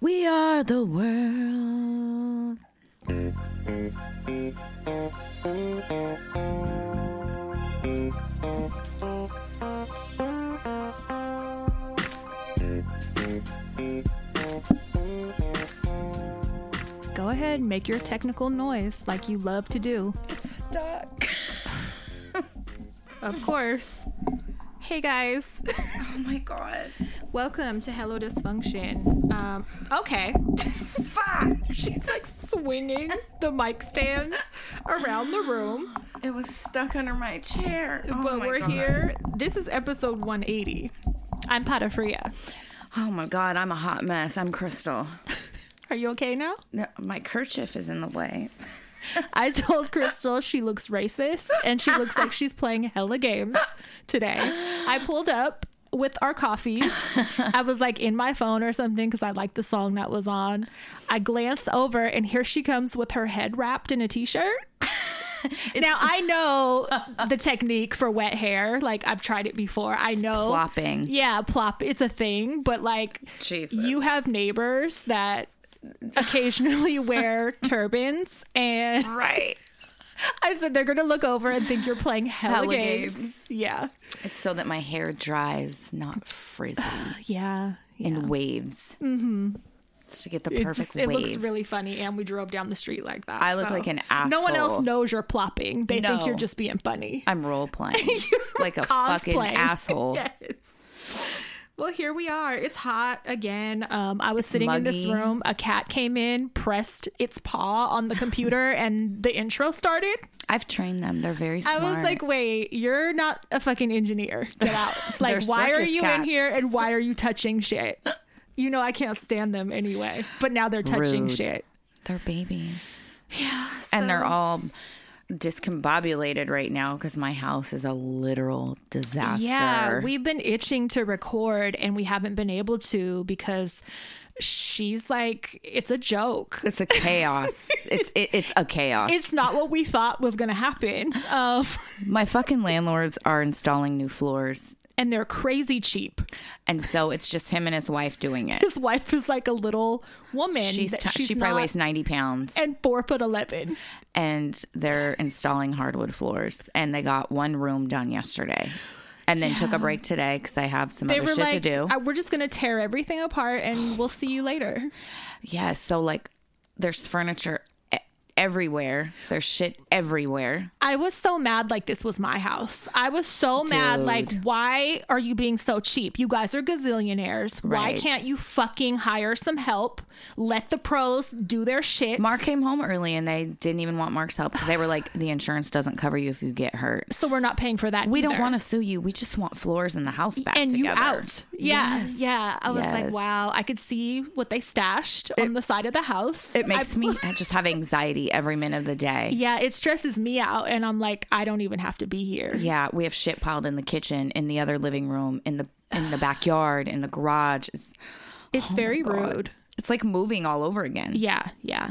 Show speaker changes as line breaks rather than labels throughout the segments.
We are the world.
Go ahead, make your technical noise like you love to do.
It's stuck.
Of course. Hey guys,
Oh my god.
welcome to Hello Dysfunction. Um, okay,
Fuck.
she's like swinging the mic stand around the room,
It was stuck under my chair. Oh
but
my
we're
God.
here. This is episode 180. I'm Patafria.
Oh my god, I'm a hot mess. I'm Crystal.
Are you okay now?
No, my kerchief is in the way.
I told Crystal she looks racist and she looks like she's playing hella games today. I pulled up with our coffees. I was like in my phone or something because I liked the song that was on. I glance over and here she comes with her head wrapped in a t shirt. now I know the technique for wet hair. Like I've tried it before. I know
plopping.
Yeah, plop. It's a thing, but like
Jesus.
you have neighbors that occasionally wear turbans and
Right.
I said they're gonna look over and think you're playing hella,
Hella
games. Yeah.
It's so that my hair dries, not frizzy,
Yeah.
in waves. Mm-hmm. It's to get the
It
perfect
just it
waves.
looks really funny, and we drove down the street like that.
I look like an
No one else
asshole.
knows you're plopping. They think
No.
you're just being funny,
I'm role playing like a fucking
Cosplaying.
asshole.
yes. Well, here we are. It's hot again. Um, I was sitting in this
muggy.
room. A cat came in, pressed its paw on the computer, and the intro started.
I've trained them. They're very smart.
I was like, wait, you're not a fucking engineer. Get out. Like,
They're
why are
circus
you in
cats.
here and why are you touching shit? You know, I can't stand them anyway, but now they're touching
Rude.
shit.
They're babies. Yeah. And they're all discombobulated right now because my house is a literal disaster.
Yeah, we've been itching to record and we haven't been able to because she's like, it's a joke.
It's a chaos. it's it, it's a chaos.
It's not what we thought was going to happen. Um,
my fucking landlords are installing new floors,
and they're crazy cheap.
and so it's just him and his wife doing it.
His wife is like a little woman.
She's,
that
t- she probably
not-
weighs ninety pounds,
And four foot 11.
and they're installing hardwood floors. And they got one room done yesterday, and then took a break today because they have some
they
other
were
shit
like,
to do.
"Uh, we're just gonna tear everything apart and we'll see you later.
Yeah, so like there's furniture e- everywhere. There's shit everywhere.
I was so mad, like this was my house. I was so mad, like why are you being so cheap? You guys are gazillionaires. Why
Right.
can't you fucking hire some help? Let the pros do their shit.
Mark came home early and they didn't even want Mark's help because they were like, the insurance doesn't cover you if you get hurt.
so we're not paying for that.
We don't want to sue you. We just want floors in the house back
And you
together.
out. Yeah.
Yes.
Yeah. I was like,
Yes.
wow, I could see what they stashed on the side of the house.
It makes me I just have anxiety every minute of the day.
yeah, it stresses me out. And I'm like, I don't even have to be here.
Yeah, we have shit piled in the kitchen, in the other living room, in the in the backyard, in the garage. It's,
It's very
Oh God.
rude.
it's like moving all over again.
Yeah, yeah.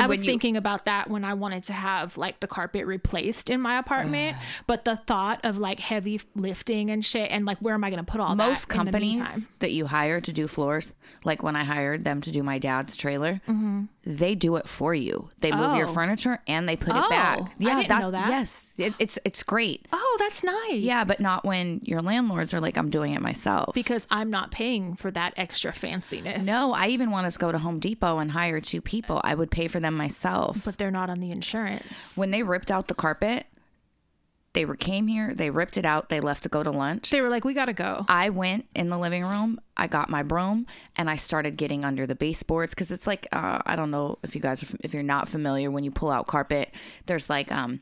I was
When you-
thinking about that when I wanted to have like the carpet replaced in my apartment, but the thought of like heavy lifting and shit and like where am I going to put all that?
most
in the meantime?
companies that you hire to do floors like when i hired them to do my dad's trailer they do it for you they move
Mm-hmm.
your
Oh.
furniture and they put
Oh,
it back
I didn't know that.
yes it, it's it's great
Oh, that's nice.
yeah but not when your landlords are like i'm doing it myself
because I'm not paying for that extra fanciness.
no i even want us to go to home depot and hire two people i would pay for them myself
but they're not on the insurance.
when they ripped out the carpet they were came here they ripped it out they left to go to lunch
They were like, "We got to go."
I went in the living room, I got my broom, and I started getting under the baseboards because it's like uh, I don't know if you guys are fam- if you're not familiar when you pull out carpet, there's like um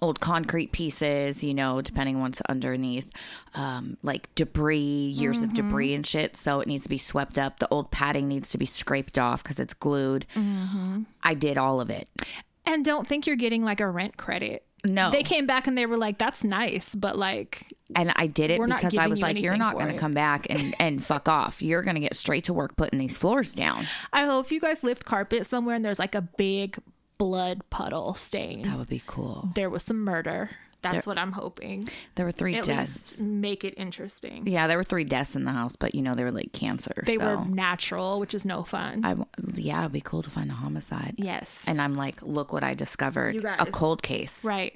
old concrete pieces, you know, depending on what's underneath, um, like debris, years of
Mm-hmm.
debris and shit. So it needs to be swept up. The old padding needs to be scraped off because it's glued.
Mm-hmm.
I did all of it.
And don't think you're getting like a rent credit.
No,
They came back and they were like, "That's nice, but like
and I did it
We're not
because I
giving
was
you
like, you're
anything
not
for
going to
it."
come back and and fuck off. You're going to get straight to work putting these floors down.
I hope you guys lift carpet somewhere and there's like a big blood puddle stain."
That would be cool.
there was some murder. That's what I'm hoping.
There were three
At
deaths.
least make it interesting.
Yeah, there were three deaths in the house, but you know they were like cancer.
They
so
were natural, which is no fun.
I w- yeah, it'd be cool to find a homicide.
yes.
And I'm like, look what I discovered.
You
A
guys-
cold case.
right.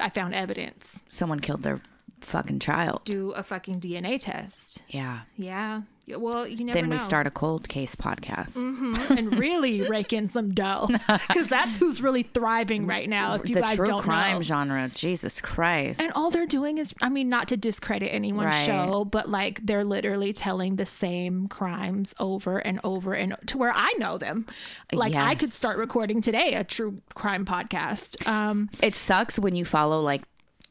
I found evidence.
Someone killed their fucking child.
Do a fucking DNA test.
yeah.
Yeah. Yeah, Well, you never
Then
know.
we
Mm-hmm. Hmm?
start a cold case podcast.
and really rake in some dough because that's who's really thriving right now. If you
the
guys
true
don't
crime
know.
genre. Jesus Christ.
And all they're doing is, I mean, not to discredit anyone's
Right.
show, but like they're literally telling the same crimes over and over and to where I know them. Like I could
Yes.
start recording today a true crime podcast. Um,
it sucks when you follow like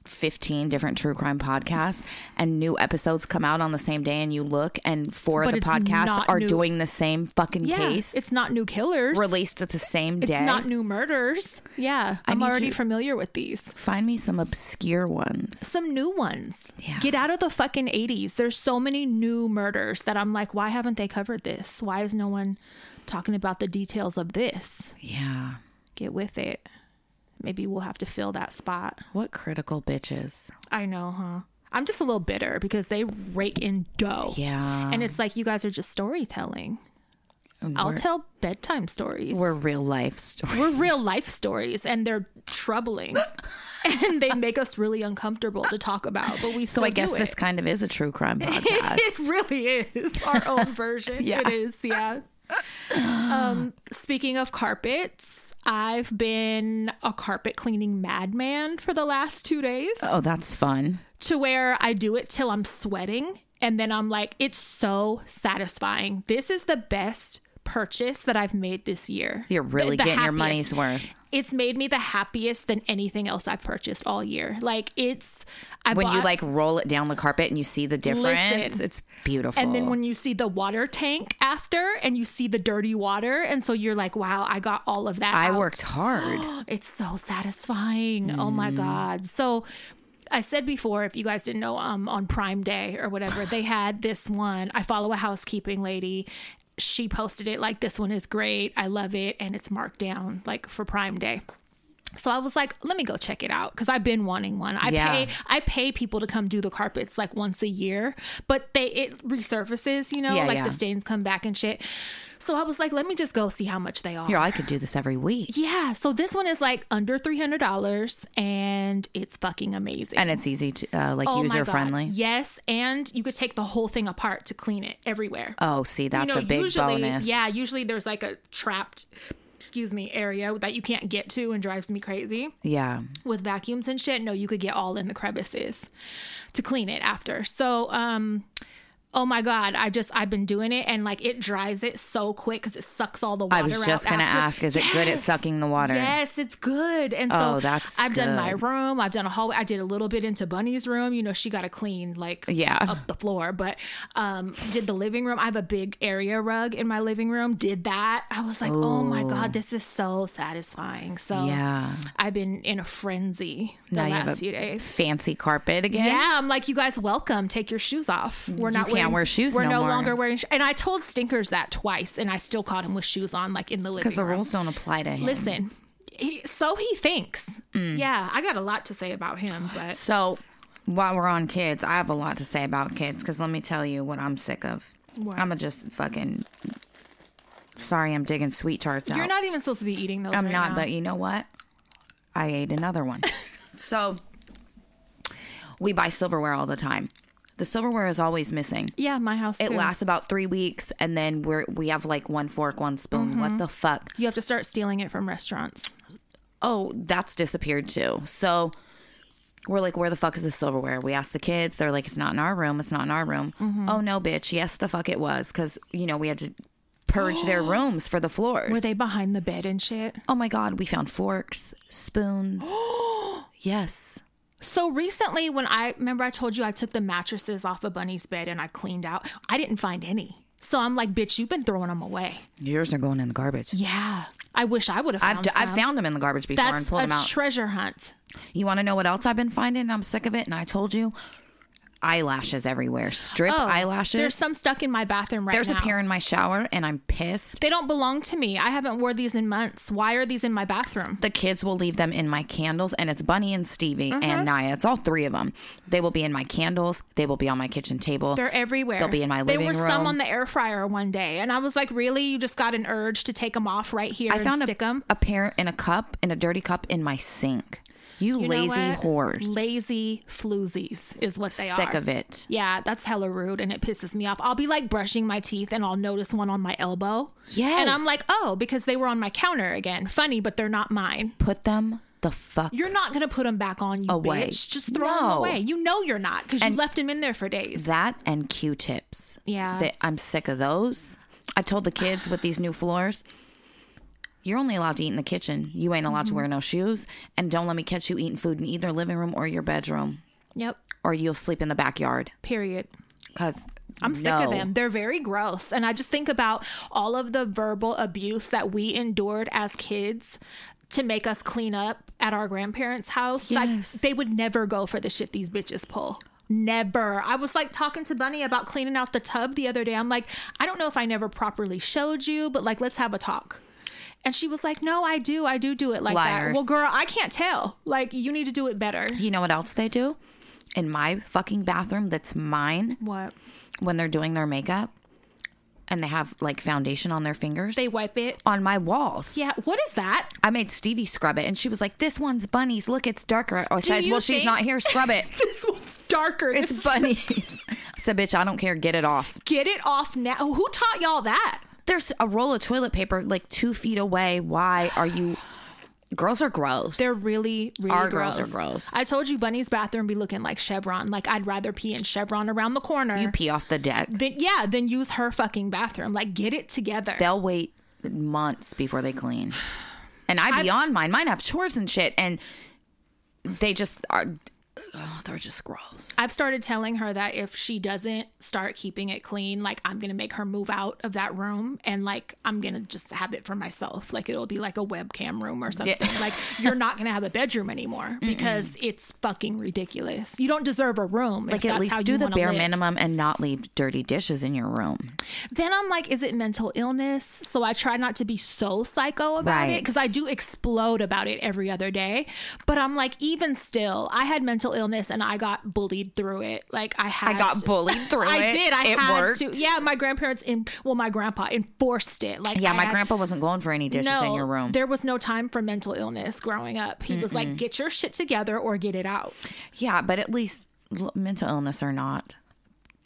15 different true crime podcasts and new episodes come out on the same day and you look and four
But
of the
it's
podcasts
not
are
new-
doing the same fucking
yeah,
case
it's not new killers.
released at the same
It's
day.
not new murders. Yeah, I'm
need
already
you-
familiar with these.
Find me some obscure ones.
some new ones.
Yeah.
Get out of the fucking 80s. There's so many new murders that I'm like, why haven't they covered this? Why is no one talking about the details of this?
Yeah.
Get with it. Maybe we'll have to fill that spot.
What critical bitches.
I know, huh? I'm just a little bitter because they rake in dough.
Yeah.
And it's like you guys are just storytelling. I'll tell bedtime stories.
We're real life stories.
We're real life stories and they're troubling. and they make us really uncomfortable to talk about, but we still
So I
do
guess
it.
this kind of is a true crime podcast.
it really is our own version.
Yeah.
It is, yeah. Um, speaking of carpets, I've been a carpet cleaning madman for the last two days
oh, that's fun.
to where I do it till I'm sweating. And then I'm like, it's so satisfying. This is the best purchase that I've made this year.
You're really
The- the
getting your
happiest
money's worth.
it's made me the happiest than anything else I've purchased all year. Like it's I
When you
bought-
like roll it down the carpet and you see the difference,
Listen.
it's beautiful.
And then when you see the water tank after and you see the dirty water, and so you're like, wow, I got all of that.
I
out.
worked hard.
It's so satisfying. Oh my
Mm-hmm.
God. So I said before, if you guys didn't know, um, on Prime Day or whatever, they had this one. I follow a housekeeping lady. She posted it like, this one is great. I love it. And it's marked down like for Prime Day. So I was like, let me go check it out because I've been wanting one. I
Yeah.
pay I pay people to come do the carpets like once a year, but they it resurfaces, you know,
Yeah,
like
yeah.
the stains come back and shit. So I was like, let me just go see how much they are.
Here, I could do this every week.
Yeah, so this one is like under three hundred dollars, and it's fucking amazing.
And it's easy to, uh, like,
Oh my God.
user friendly.
Yes, and you could take the whole thing apart to clean it everywhere.
Oh, see, that's a big
usually,
bonus.
yeah, usually there's like a trapped, excuse me, area that you can't get to and drives me crazy
yeah.
with vacuums and shit. No, you could get all in the crevices to clean it after. So, um, oh my god, I just I've been doing it and like it dries it so quick because it sucks all the water.
I was just
out
going to
after.
ask, is it good at
Yes!
sucking the water?
Yes, it's good. And so
Oh, that's
I've done my
good.
room. I've done a hallway. I did a little bit into Bunny's room. You know, she got to clean like
Yeah.
up the floor, but um did the living room. I have a big area rug in my living room. Did that. I was like, "Oh my god, this is so satisfying." So
Yeah.
I've been in a frenzy the
Now you have
last
a
few days.
Fancy carpet again?
Yeah, I'm like, you guys, welcome. Take your shoes off. We're not
can't
wearing,
wear shoes
We're
no
no,
more.
longer wearing. Sh- and I told Stinkers that twice, and I still caught him with shoes on, like in the living
Because the
room.
rules don't apply to him.
Listen, he, so he thinks. Yeah, I got a lot to say about him, but
Mm. So, while we're on kids, I have a lot to say about kids because let me tell you what I'm sick of.
What?
I'm just fucking. Sorry, I'm digging sweet tarts out.
you're not even supposed to be eating those.
I'm
right
not,
now.
but you know what? I ate another one. so, we buy silverware all the time. The silverware is always missing.
yeah, my house.
It
too.
lasts about three weeks, and then we're we have like one fork, one spoon.
Mm-hmm.
What the fuck?
You have to start stealing it from restaurants.
oh, that's disappeared too. So we're like, where the fuck is the silverware? We asked the kids. They're like, it's not in our room. It's not in our room.
Mm-hmm.
Oh, no, bitch. Yes, the fuck it was. Cause, you know, we had to purge their rooms for the floors.
Were they behind the bed and shit?
oh my God. We found forks, spoons. yes.
So recently, when I remember, I told you I took the mattresses off of Bunny's bed and I cleaned out. I didn't find any. So I'm like, bitch, you've been throwing them away.
Yours are going in the garbage.
Yeah, I wish I would have.
I've,
Found
d- I've
some.
found them in the garbage before and
That's
pulled them
a
out.
treasure hunt.
you want to know what else I've been finding? I'm sick of it. And I told you eyelashes everywhere, strip
Oh, There's
eyelashes.
some stuck in my bathroom right
There's,
now.
a pair in my shower, and I'm pissed.
They don't belong to me. I haven't wore these in months. Why are these in my bathroom?
The kids will leave them in my candles, and it's Bunny and Stevie
Mm-hmm.
and Naya. It's all three of them. They will be in my candles. They will be on my kitchen table.
They're everywhere.
They'll be in my living
There were some
room.
on the air fryer one day, and I was like, "Really? You just got an urge to take them off right here
I
and
found
stick
a,
them?"
a pair in a cup, in a dirty cup, in my sink. You, lazy whores.
Lazy floozies is what they are.
Sick of it.
Yeah, that's hella rude and it pisses me off. I'll be like brushing my teeth and I'll notice one on my elbow.
Yes.
And I'm like, oh, because they were on my counter again. Funny, but they're not mine.
Put them the fuck
You're not going to put them back on, you
Away.
bitch. Just throw them
No.
away. You know you're not because you left them in there for days.
That and Q-tips.
Yeah.
They- I'm sick of those. I told the kids with these new floors, you're only allowed to eat in the kitchen. You ain't
Mm-hmm.
allowed to wear no shoes, and don't let me catch you eating food in either living room or your bedroom,
Yep.
or you'll sleep in the backyard.
Period.
Cause
I'm sick of them. They're very gross. And I just think about all of the verbal abuse that we endured as kids to make us clean up at our grandparents' house.
Yes.
Like they would never go for the shit these bitches pull. Never. I was like talking to Bunny about cleaning out the tub the other day. I'm like, I don't know if I never properly showed you, but like let's have a talk. And she was like, No, I do. I do do it like that.
Liars.
Well, girl, I can't tell. Like you need to do it better.
You know what else they do? In my fucking bathroom, that's mine.
What?
When they're doing their makeup, and they have like foundation on their fingers
They wipe it.
on my walls.
Yeah. What is that?
I made Stevie scrub it, and she was like, "This one's bunnies. Look, it's darker." I said,
you
"Well, she's
think-
not here. Scrub it.
This one's darker. This
It's bunnies." I said, "Bitch, I don't care. Get it off."
get it off now. Who taught y'all that?
There's a roll of toilet paper like two feet away. Why are you? Girls are gross.
They're really, really
Our
gross.
girls are gross.
I told you, Bunny's bathroom be looking like Chevron. Like I'd rather pee in Chevron around the corner.
you pee off the deck.
than, yeah, then use her fucking bathroom. Like get it together.
They'll wait months before they clean. And I'd be on mine. Mine have chores and shit, and they just are. Oh, they're just gross.
I've started telling her that if she doesn't start keeping it clean, like I'm gonna make her move out of that room and like I'm gonna just have it for myself. Like it'll be like a webcam room or something. like you're not gonna have a bedroom anymore because it's fucking ridiculous. You don't deserve a room. Like
Like at least do the bare minimum and not leave dirty dishes in your room.
then I'm like, is it mental illness? So I try not to be so psycho about it
Right.
because I do explode about it every other day. But I'm like, even still, I had mental illness and I got bullied through it. Like I had,
I got bullied through it.
I did. I
it
had
worked.
to. Yeah, my grandparents in well, my grandpa enforced it. Like
Yeah,
I
my
had-
grandpa wasn't going for any dishes
No,
in your room.
there was no time for mental illness growing up. He was like, get your shit together or get it out.
Yeah, but at least l- mental illness or not,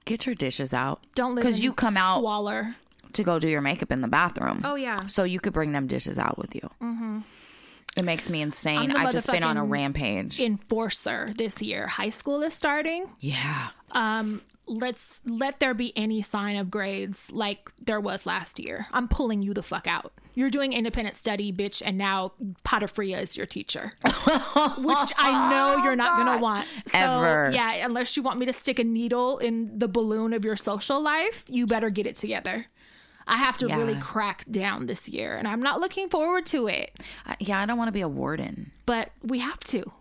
get your dishes out.
Don't live
because
in
you come out
squalor.
to go do your makeup in the bathroom.
Oh, yeah.
so you could bring them dishes out with you. Mm-hmm. It makes me insane.
I'm the
I've just been on a
motherfucking-
rampage.
Enforcer this year. High school is starting.
yeah,
let's let there be any sign of grades like there was last year. I'm pulling you the fuck out. You're doing independent study, bitch, and now Potafria is your teacher, which I know you're not gonna want so,
Oh, Ever.
Yeah, unless you want me to stick a needle in the balloon of your social life, you better get it together. I have to really
Yeah.
crack down this year, and I'm not looking forward to it.
I, yeah. I don't want to be a warden.
But we have to.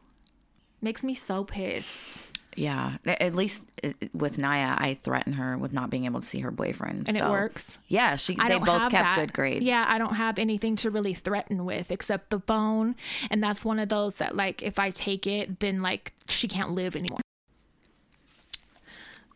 Makes me so pissed.
Yeah, A- at least uh, with Naya, I threaten her with not being able to see her boyfriend,
And it
so-
works?
Yeah, she.
I
they
don't
both
have
kept
that.
good grades.
Yeah, I don't have anything to really threaten with except the phone, and that's one of those that like if I take it, then like she can't live anymore.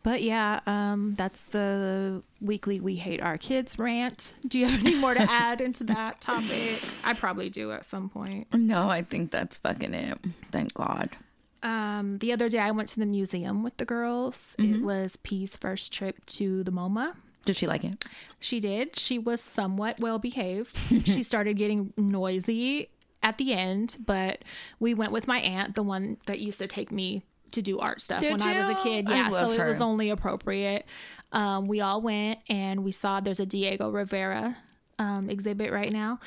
But yeah, um, that's the weekly we hate our kids rant. Do you have any more to add into that topic? I probably do at some point.
No, I think that's fucking it. Thank God.
Um, the other day, I went to the museum with the girls.
Mm-hmm.
It was P's first trip to the MoMA.
Did she like it?
She did. She was somewhat well behaved. she started getting noisy at the end, but we went with my aunt, the one that used to take me to do art stuff when I was a
you?
kid.
I
Yeah, so
love
it was
her.
only appropriate. Um, we all went and we saw there's a Diego Rivera um, exhibit right now.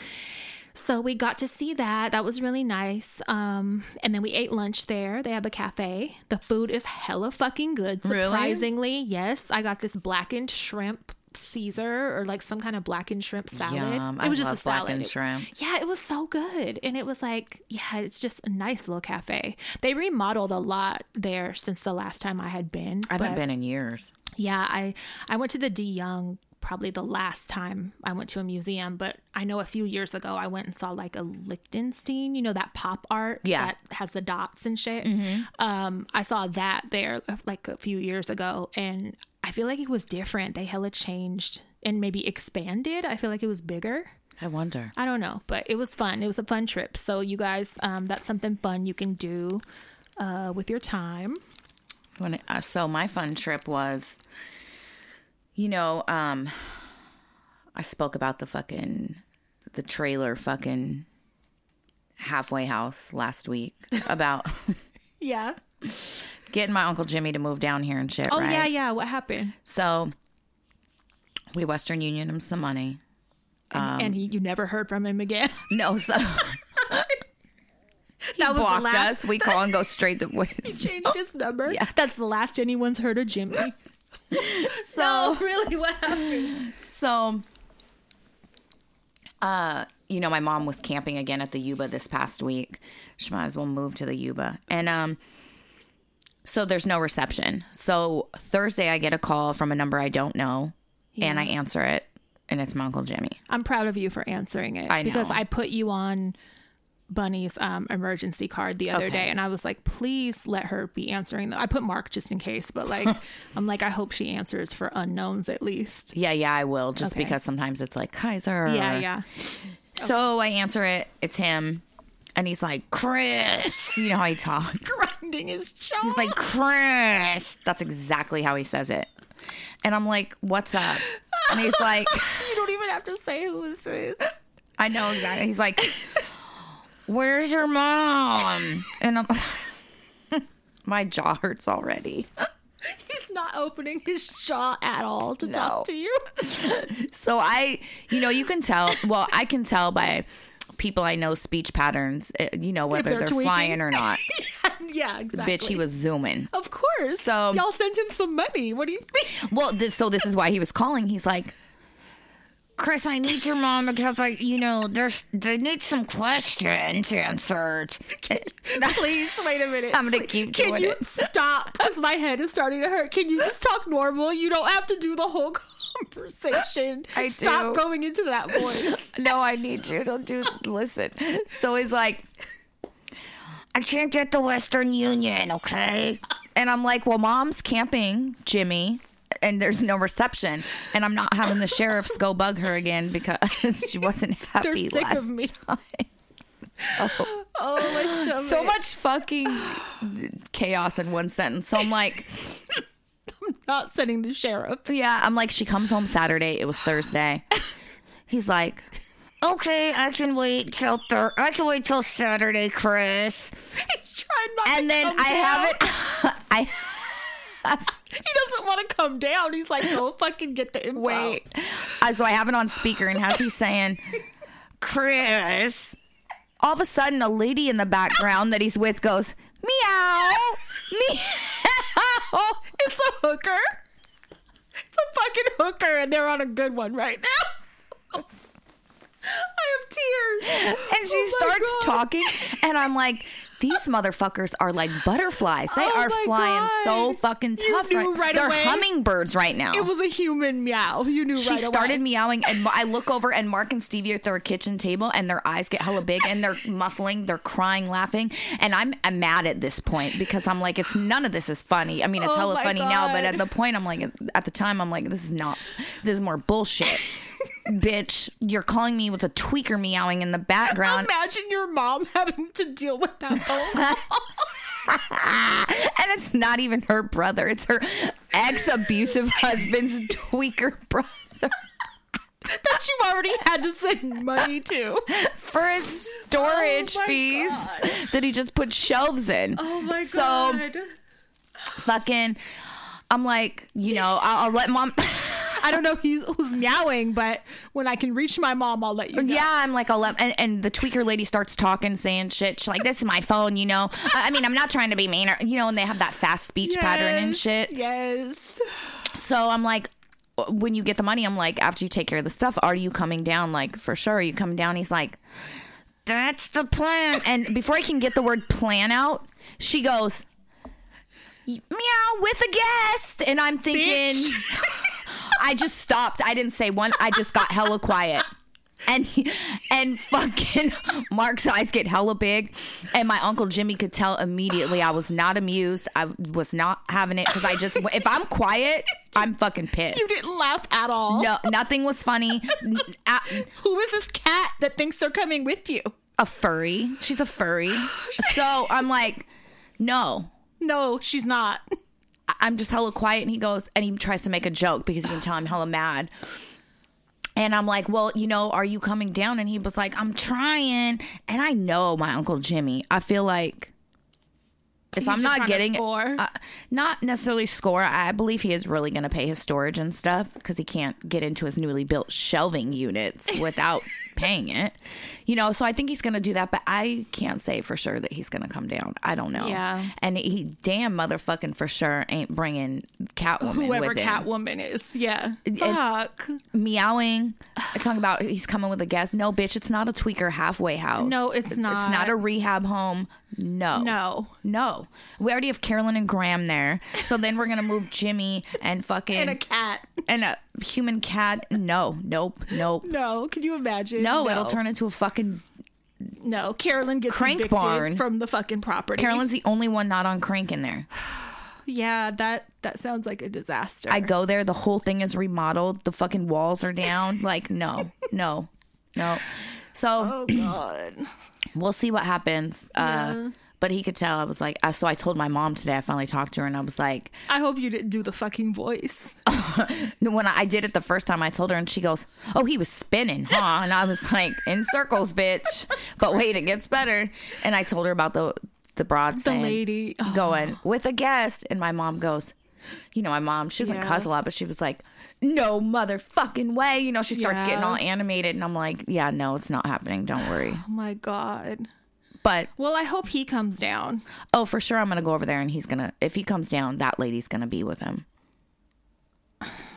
So we got to see that. That was really nice. Um, and then we ate lunch there. They have a cafe. The food is hella fucking good.
Really?
Surprisingly, yes. I got this blackened shrimp Caesar or like some kind of blackened shrimp salad.
Yum.
It was
I
just
love
a salad.
blackened shrimp.
Yeah, it was so good. And it was like, yeah, it's just a nice little cafe. They remodeled a lot there since the last time I had been.
I haven't
but-
been in years.
yeah, I I went to the D Young probably the last time I went to a museum, but I know a few years ago I went and saw like a Lichtenstein, you know that pop art
Yeah.
that has the dots and shit. Um, I saw that there uh, like a few years ago, and I feel like it was different. They hella changed and maybe expanded. I feel like it was bigger.
I wonder.
I don't know, but it was fun. It was a fun trip. So you guys, um, that's something fun you can do uh, with your time.
When it, uh, so my fun trip was, you know, um, I spoke about the fucking the trailer fucking halfway house last week about
Yeah.
getting my uncle Jimmy to move down here and shit.
Oh
right?
yeah, yeah. What happened?
So we Western Union him some money.
and he, you never heard from him again.
No, so
that was the
blocked
last.
us. We call and go straight to West.
Changed his number. Oh, That's the last anyone's heard of Jimmy.
So.
really, what happened?
So, uh, you know, my mom was camping again at the Yuba this past week. She might as well move to the Yuba. And um, so there's no reception. So Thursday, I get a call from a number I don't know, and I answer it, and it's my uncle Jimmy.
I'm proud of you for answering it
I know.
because I put you on Bunny's um, emergency card the other
Okay.
day, and I was like, please let her be answering. The- I put Mark just in case, but like, I'm like, I hope she answers for unknowns at least.
Yeah, yeah, I will, just
Okay.
because sometimes it's like Kaiser.
Yeah,
or-
yeah.
So I answer it. It's him, and he's like Chris. You know how he talks.
Grinding his jaw.
He's like, Chris. That's exactly how he says it. And I'm like, what's up? And he's like,
you don't even have to say who is this.
I know exactly. He's like, where's your mom? And I'm, my jaw hurts already.
He's not opening his jaw at all to
No.
talk to you.
So I, you know, you can tell, well, I can tell by people I know speech patterns, eh, you know, whether
they're
they're,
tweaking.
flying or not.
yeah, exactly.
Bitch, he was zooming.
Of course.
So-
y'all sent him some money. What do you think?
Well, this, so this is why he was calling. He's like, Chris, I need your mom because I, you know, there's they need some questions answered.
Please wait a minute.
I'm gonna keep
Can
doing
you
it.
stop? Because my head is starting to hurt. Can you just talk normal? You don't have to do the whole conversation.
I
stop
do.
going into that voice.
No, I need you. Don't do. Listen. So he's like, I can't get the Western Union, okay? And I'm like, well, mom's camping, Jimmy, and there's no reception, and I'm not having the sheriffs go bug her again because she wasn't happy
They're sick
last
of me.
time. So-
Oh my stomach.
so much fucking chaos in one sentence. So I'm like,
Not sending the sheriff.
yeah, I'm like, she comes home Saturday. It was Thursday. He's like,
Okay, I can wait till thir- I can wait till Saturday, Chris.
He's trying not.
and
to
then
come
I
down.
haven't. I
He doesn't want to come down. He's like, go fucking get the info.
wait. Uh, so I have it on speaker, and as he's saying,
Chris.
all of a sudden, a lady in the background that he's with goes, meow, meow.
It's a hooker. It's a fucking hooker, and they're on a good one right now. I have tears.
And she
Oh my
starts
God.
talking, and I'm like, these motherfuckers are like butterflies. They
Oh
are
my
flying so
God.
fucking
You
tough.
knew right
They're
away.
hummingbirds right now.
It was a human meow. You knew
she
right
started
away.
meowing, and I look over, and Mark and Stevie are at their kitchen table, and their eyes get hella big, and they're muffling, they're crying, laughing, and I'm, I'm mad at this point because I'm like, it's none of this is funny. I mean, it's
Oh
hella
my
funny now, but
God.
at the point, I'm like, at the time, I'm like, this is not, this is more bullshit, bitch. You're calling me with a tweaker meowing in the background,
Imagine your mom having to deal with that phone call.
and it's not even her brother; it's her ex-abusive husband's tweaker brother.
that you already had to send money to.
for his storage
Oh my
fees
God. Oh
that he just put shelves in. So fucking, I'm like, you know, I'll, I'll let mom.
I don't know who's, who's meowing, but when I can reach my mom, I'll let you know.
Yeah, I'm like, I'll let. And, and the tweaker lady starts talking, saying shit. She's like, this is my phone, you know. I, I mean, I'm not trying to be mean, or, you know. And they have that fast speech pattern and
Yes,
shit.
Yes.
So I'm like, when you get the money, I'm like, after you take care of the stuff, are you coming down? Like, for sure, are you coming down? He's like,
That's the plan.
and before I can get the word plan out, she goes, meow, with a guest. And I'm thinking, I just stopped. I didn't say one. I just got hella quiet. And he, and fucking Mark's eyes get hella big, and my uncle Jimmy could tell immediately I was not amused. I was not having it because I just if I'm quiet, I'm fucking pissed.
You didn't laugh at all.
No, nothing was funny. N- A,
Who is this cat that thinks they're coming with you?
a furry. She's a furry. So I'm like, no.
No, she's not.
I- I'm just hella quiet. And he goes, and he tries to make a joke because he can tell I'm hella mad. And I'm like, well, you know, are you coming down? And he was like, I'm trying. And I know my Uncle Jimmy. I feel like if
He's
I'm
just
not
trying to
getting
score.
uh, not necessarily score, I believe he is really going to pay his storage and stuff because he can't get into his newly built shelving units without paying it. You know, so I think he's going to do that, but I can't say for sure that he's going to come down. I don't know.
Yeah.
And he damn motherfucking for sure ain't bringing Catwoman
Whoever
with him.
Catwoman is. Yeah. Fuck.
meowing, talking about he's coming with a guest. No, bitch, it's not a tweaker halfway house.
No, it's
It's
not.
not a rehab home. No.
No.
No. We already have Carolyn and Graham there. So then we're going to move Jimmy and fucking
And a cat.
and a human cat. No. Nope. Nope.
No, can you imagine?
No, it'll turn into a fucking
No, Carolyn gets
Crank
evicted
barn.
from the fucking property.
Carolyn's the only one not on crank in there.
yeah, that that sounds like a disaster.
I go there, the whole thing is remodeled, the fucking walls are down. Like, no, no, no. So
oh god,
we'll see what happens. Uh, but he could tell. I was like, I, so I told my mom today. I finally talked to her, and I was like,
I hope you didn't do the fucking voice.
when I, I did it the first time, I told her, and she goes, "Oh, he was spinning, huh?" And I was like, "In circles, bitch." But wait, it gets better. And I told her about the the broad
The lady. Oh.
going with a guest, and my mom goes. You know, my mom, she doesn't
Yeah.
cuss a lot, but she was like, no motherfucking way. You know, she starts
Yeah.
getting all animated, and I'm like, yeah, no, it's not happening. Don't worry.
Oh my god.
But
Well, I hope he comes down.
oh, for sure, I'm gonna go over there, and he's gonna. If he comes down, that lady's gonna be with him.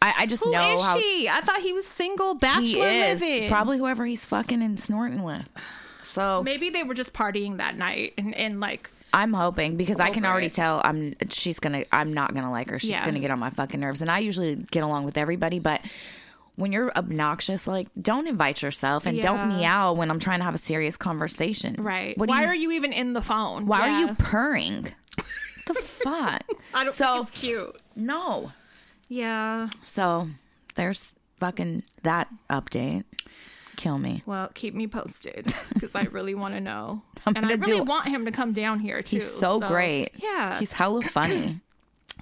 I, I just
Who is
know how
she? I thought he was single, bachelor
he is.
living.
Probably whoever he's fucking and snorting with. So
Maybe they were just partying that night and, and like
I'm hoping because I can
Over
already
it.
tell I'm she's gonna I'm not gonna like her. She's
Yeah.
gonna get on my fucking nerves, and I usually get along with everybody, but. When you're obnoxious, like don't invite yourself and don't
Yeah.
meow when I'm trying to have a serious conversation.
right.
What do
why
you
are you even in the phone?
Why
Yeah.
are you purring? the fuck?
I don't
So-
think it's cute.
No.
Yeah.
So there's fucking that update. Kill me.
Well, keep me posted because I really want to know,
I'm
and I
gonna do
really
it.
want him to come down here too.
He's so, great.
Yeah,
He's hella funny.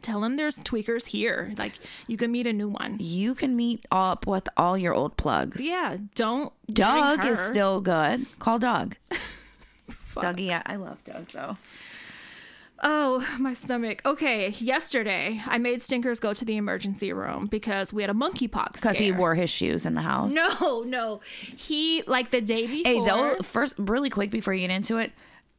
tell him there's tweakers here. Like you can meet a new one.
you can meet up with all your old plugs.
Yeah, don't. bring
Doug is
her.
still good. Call Doug. Dougie, I, I love Doug though.
Oh, my stomach. Okay, yesterday I made Stinkers go to the emergency room because we had a monkeypox.
Because he
scare.
wore his shoes in the house.
No, no. He like the day before.
Hey, though, first, really quick before you get into it,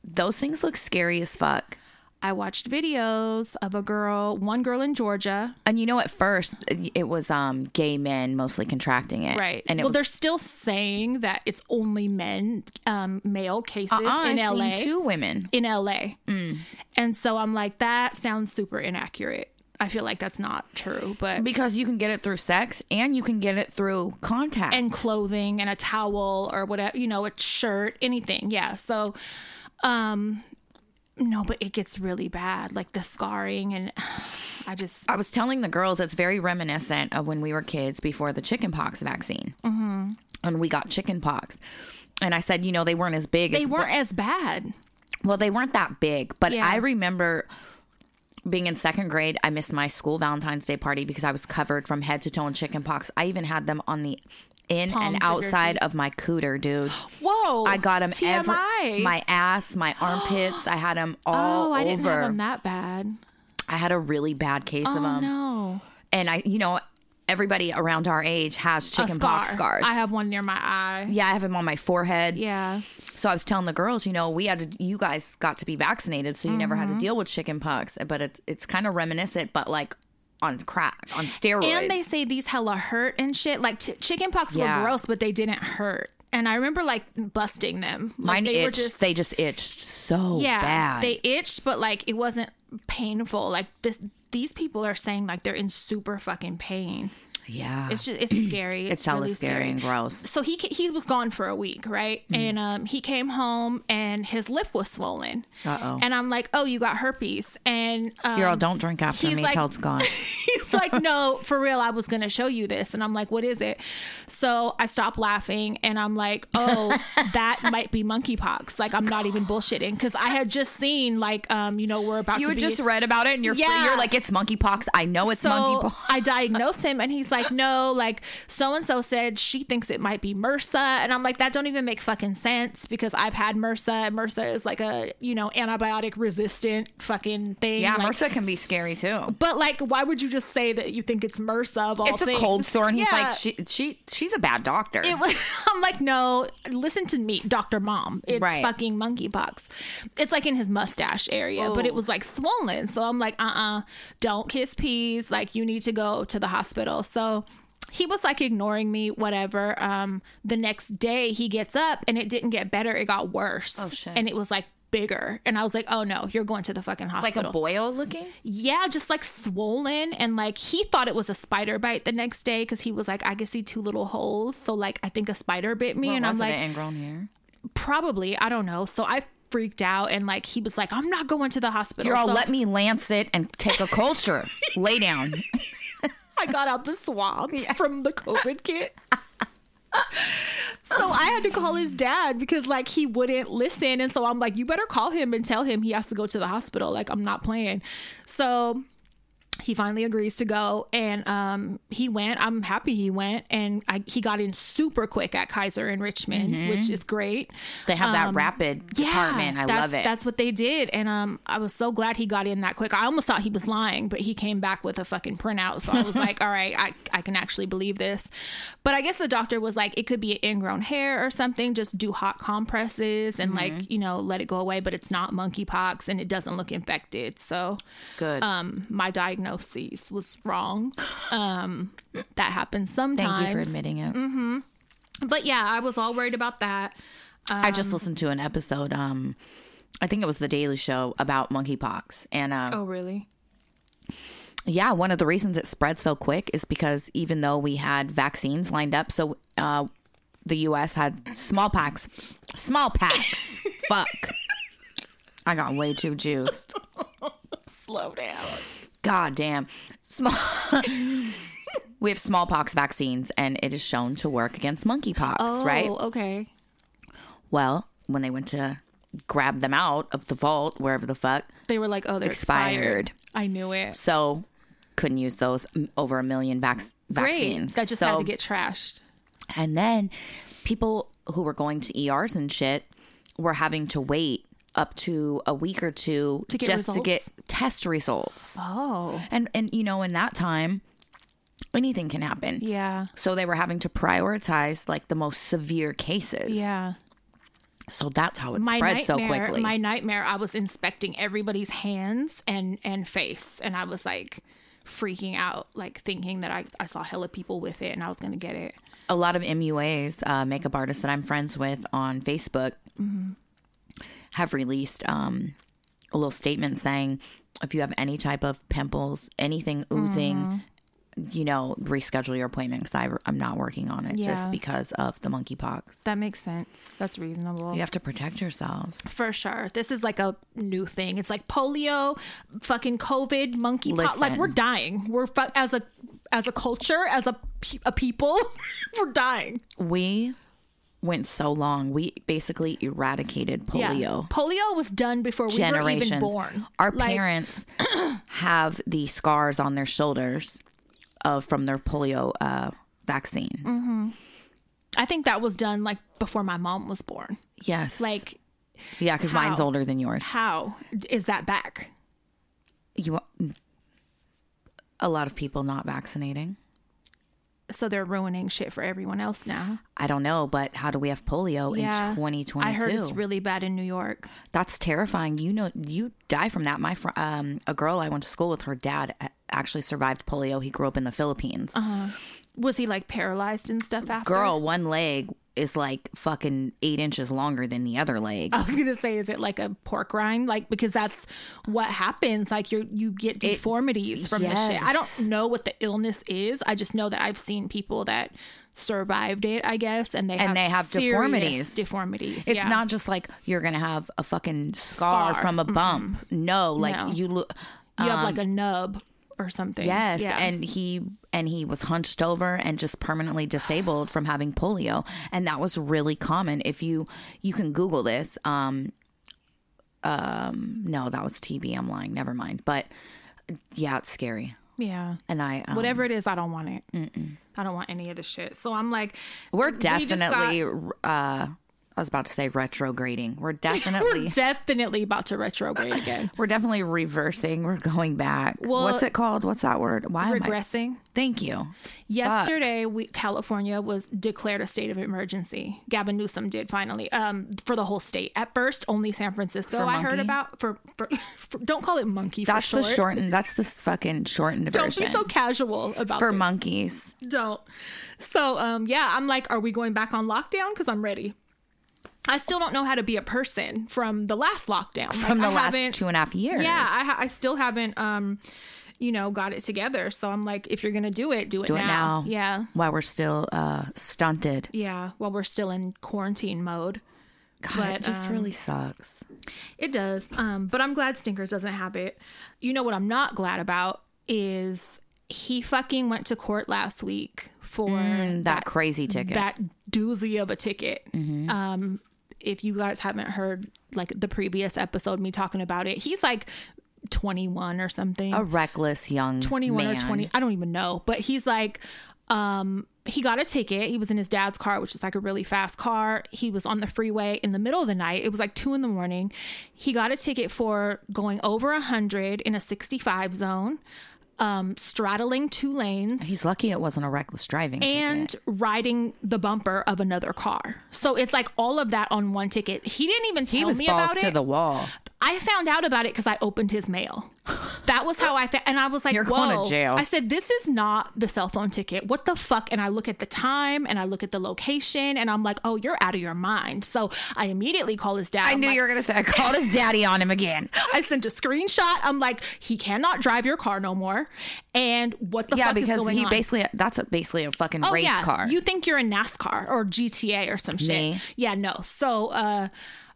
those things look scary as fuck.
I watched videos of a girl, one girl in Georgia.
And you know, at first, it was um gay men mostly contracting it.
Right.
And it
well,
was
they're still saying that it's only men, um, male cases
uh-uh,
in
I seen
LA.
two Mm. women.
in LA. And so I'm like, that sounds super inaccurate. I feel like that's not true, but
Because you can get it through sex and you can get it through contact.
and clothing and a towel or whatever, you know, a shirt, anything. Yeah. So, um, no, but it gets really bad, like the scarring, and I just
I was telling the girls it's very reminiscent of when we were kids before the chickenpox vaccine, mm-hmm. and we got chickenpox. And I said, you know, they weren't as big.
they
as,
weren't as bad.
well, they weren't that big, but
Yeah.
I remember being in second grade. I missed my school Valentine's Day party because I was covered from head to toe in chickenpox. I even had them on the in
Palms of
and
your
outside of my cooter, dude.
Whoa!
I got them every
TMI.
my ass, my armpits. I had them all
oh, I
over.
didn't have them that bad.
I had a really bad case of
Oh
them
no,
and I, you know, everybody around our age has
a
chicken
scar.
pox scars.
I have one near my eye.
yeah, I have them on my forehead.
Yeah,
So I was telling the girls, you know, we had to, you guys got to be vaccinated, so you never had to deal with chicken pox. But it's it's kind of reminiscent, but like on crack on steroids.
And they say these hella hurt and shit. Like t- chicken pox
Yeah.
were gross, but they didn't hurt. And I remember like busting them. Like,
Mine itched. they just itched so
yeah,
bad.
they itched, but like it wasn't painful. Like this, these people are saying like they're in super fucking pain.
yeah.
It's just it's scary.
It's hella
really
scary and gross. Mm-hmm.
So he ca- he was gone for a week, right? And um, he came home and his lip was swollen.
Uh-oh.
And I'm like, oh, you got herpes. And um,
Girl, don't drink after
he's
me
like-
till it's gone.
He's like, no, for real, I was gonna show you this. And I'm like, what is it? So I stopped laughing and I'm like, oh, that might be monkeypox. Like I'm not even bullshitting. Cause I had just seen like um, you know, we're about
You
to
had
be
just read about it and you're free.
Yeah.
You're like, it's monkeypox. I know it's
so
monkeypox.
I diagnose him and he's like, no, like so and so said she thinks it might be MRSA. And I'm like, that don't even make fucking sense because I've had MRSA and MRSA is like a, you know, antibiotic resistant fucking thing.
Yeah,
like,
MRSA can be scary too.
But like, why would you just say that you think it's MRSA of all
It's a
things?
cold sore, and he's
Yeah.
like, she, she, she's a bad doctor.
It was, I'm like, no, listen to me, Dr. Mom. It's
Right.
fucking monkeypox. It's like in his mustache area, but
Oh.
it was like swollen. So I'm like, uh uh-uh, uh, do not kiss peas. Like, you need to go to the hospital. So he was like ignoring me, whatever. Um, the next day he gets up and it didn't get better, it got worse. Oh,
shit.
And it was like, bigger and i was like oh no you're going to the fucking
like
hospital
a boil looking.
yeah, just like swollen. And like he thought it was a spider bite the next day because he was like, I could see two little holes. So like, I think a spider bit me. and I'm
Wasn't
like,
it ingrown hair?
probably, I don't know. So I freaked out and like he was like, I'm not going to the hospital.
Girl,
so
let me lance it and take a culture. Lay down.
I got out the swabs from the COVID kit. So I had to call his dad because like he wouldn't listen and so I'm like you better call him and tell him he has to go to the hospital like I'm not playing. So he finally agrees to go and um he went. I'm happy he went and I, he got in super quick at Kaiser in Richmond, which is great.
They have that
Um,
rapid department. I
that's,
love it.
That's what they did, and um, I was so glad he got in that quick. I almost thought he was lying, but he came back with a fucking printout, so I was like, all right, I I can actually believe this. But I guess the doctor was like, it could be ingrown hair or something. Just do hot compresses and like
Mm-hmm.
you know let it go away, but it's not monkeypox and it doesn't look infected. So
Good.
um, my diagnosis was wrong. Um, that happens
Thank
sometimes.
you for admitting it.
Mm-hmm. But yeah, I was all worried about that.
I just listened to an episode. Um, I think it was The Daily Show about monkeypox, and um,
Oh really?
Yeah, one of the reasons it spread so quick is because even though we had vaccines lined up, so uh, the U.S. had smallpox. Smallpox. Fuck. I got way too juiced.
Slow down.
God damn. Small. we have smallpox vaccines, and it is shown to work against monkeypox, right?
Oh, okay.
Well, when they went to grab them out of the vault, wherever the fuck,
They were like, oh, they're expired.
Expired.
I knew it.
so couldn't use those mm, over a million vac- vaccines.
Great. That just
so,
had to get trashed.
And then people who were going to ERs and shit were having to wait up to a week or two
To get
just to get
results?
test results.
Oh.
And and you know, in that time, anything can happen.
Yeah.
So they were having to prioritize like the most severe cases.
Yeah.
So that's how it
My
spread
nightmare,
so quickly.
my nightmare, I was inspecting everybody's hands and and face and I was like freaking out, like thinking that I, I saw hella people with it and I was gonna get it.
a lot of MUAs, uh, makeup artists that I'm friends with on Facebook,
Mm-hmm.
have released um, a little statement saying if you have any type of pimples, anything oozing,
Mm-hmm.
you know, reschedule your appointment because I'm not working on it
Yeah.
just because of the monkeypox.
That makes sense. That's reasonable.
You have to protect yourself.
For sure. This is like a new thing. It's like polio, fucking COVID, monkey pox. Like
Listen.
we're dying. We're fu- as a as a culture, as a pe- a people, we're dying.
We went so long. We basically eradicated polio.
Polio was done before we were even
generations.
born.
Our
Like,
parents have the scars on their shoulders of from their polio uh, vaccines.
Mm-hmm. I think that was done like before my mom was born.
Yes,
Like,
yeah, because mine's
how?
older than yours.
how is that back?
You, a lot of people not vaccinating.
So they're ruining shit for everyone else now.
I don't know, but how do we have polio in 2022?
I heard it's really bad in New York.
That's terrifying. You know, you die from that. My fr- um, a girl I went to school with, her dad actually survived polio. He grew up in the Philippines.
Uh-huh. Was he like paralyzed and stuff after?
Girl, one leg is like fucking eight inches longer than the other leg.
I was gonna say, is it like a pork rind? Like because that's what happens. Like you you get deformities from this shit. I
yes.
don't know what the illness is. I just know that I've seen people that survived it. I guess, and they have
they have
serious
deformities.
Deformities.
It's
yeah.
not just like you're gonna have a fucking scar,
Scar. Mm-hmm.
from a bump. No, like
No.
you look.
You have like a nub or something.
Um, Yes,
Yeah.
and he and he was hunched over and just permanently disabled from having polio, and that was really common. If you you can Google this, um, um, no, that was TB. I'm lying. Never mind. But yeah, it's scary.
yeah.
And I um,
Whatever it is, I don't want it. I don't want any of the shit. So I'm like,
We're
we just got-
definitely. uh, I was about to say retrograding. We're
we're
definitely.
definitely about to retrograde again.
We're definitely reversing. We're going back.
Well-
What's it called? What's that word? Why am I?
Regressing.
Thank you.
Yesterday, we, California was declared a state of emergency. Gavin Newsom did finally um, for the whole state. At first, only San Francisco. I heard
monkey?
about for, for, for- don't call it monkey.
That's
for short.
the shortened. That's this fucking shortened
Don't
version
be so casual about
for
this.
monkeys.
Don't. So um, yeah, I'm like, are we going back on lockdown? Because I'm ready. I still don't know how to be a person from the last lockdown. Like,
From the
I haven't-
last two and a half years.
Yeah, I, ha- I still haven't. Um, you know, got it together. So I'm like, if you're gonna do it, do it,
do it now.
Yeah.
While we're still uh, stunted.
Yeah, while we're still in quarantine mode.
God,
But, um,
it just really sucks.
It does. Um, but I'm glad Stinkers doesn't have it. You know what I'm not glad about is he fucking went to court last week for
And that, crazy ticket.
that doozy of a ticket.
Mm-hmm.
Um, if you guys haven't heard like the previous episode, me talking about it, he's like 21 or something.
a reckless young
21
man.
or 20 i don't even know but he's like um he got a ticket he was in his dad's car which is like a really fast car he was on the freeway in the middle of the night it was like two in the morning he got a ticket for going over 100 in a 65 zone um straddling two lanes
He's lucky it wasn't a reckless driving. ticket.
and riding the bumper of another car so it's like all of that on one ticket he didn't even tell
he was
me
balls
about
to
it
the wall.
I found out about it because I opened his mail. That was how I found, and I was like,
You're
"Whoa!"
going to jail.
I said, "This is not the cell phone ticket. What the fuck?" And I look at the time, and I look at the location, and I'm like, "Oh, you're out of your mind." So I immediately call his dad.
I knew you were gonna say. I called his daddy on him again.
I sent a screenshot. I'm like, "He cannot drive your car no more." And what the
Yeah,
fuck is
because
going
he
on? Oh,
basically that's a, basically a fucking race car.
You think you're in NASCAR or GTA or some shit.
Me.
Yeah, no. So uh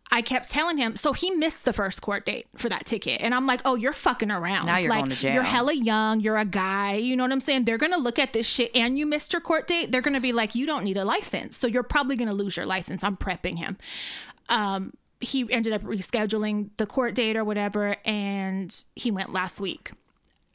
I kept telling him, so he missed the first court date for that ticket. And I'm like, oh, you're fucking around.
Now you're
like,
going to jail.
You're hella young. You're a guy. You know what I'm saying? They're going to look at this shit and you missed your court date. They're going to be like, you don't need a license. So you're probably going to lose your license. I'm prepping him. Um, he ended up rescheduling the court date or whatever. And he went last week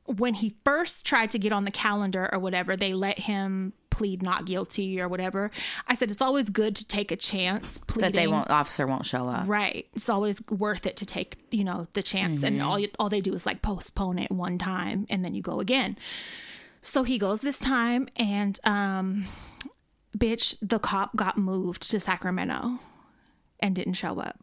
when he first tried to get on the calendar or whatever, they let him plead not guilty or whatever. I said it's always good to take a chance pleading.
that they won't officer won't show up.
Right. It's always worth it to take, you know, the chance and all
Mm-hmm.
you, all they do is like postpone it one time and then you go again. So he goes this time and um bitch, the cop got moved to Sacramento and didn't show up.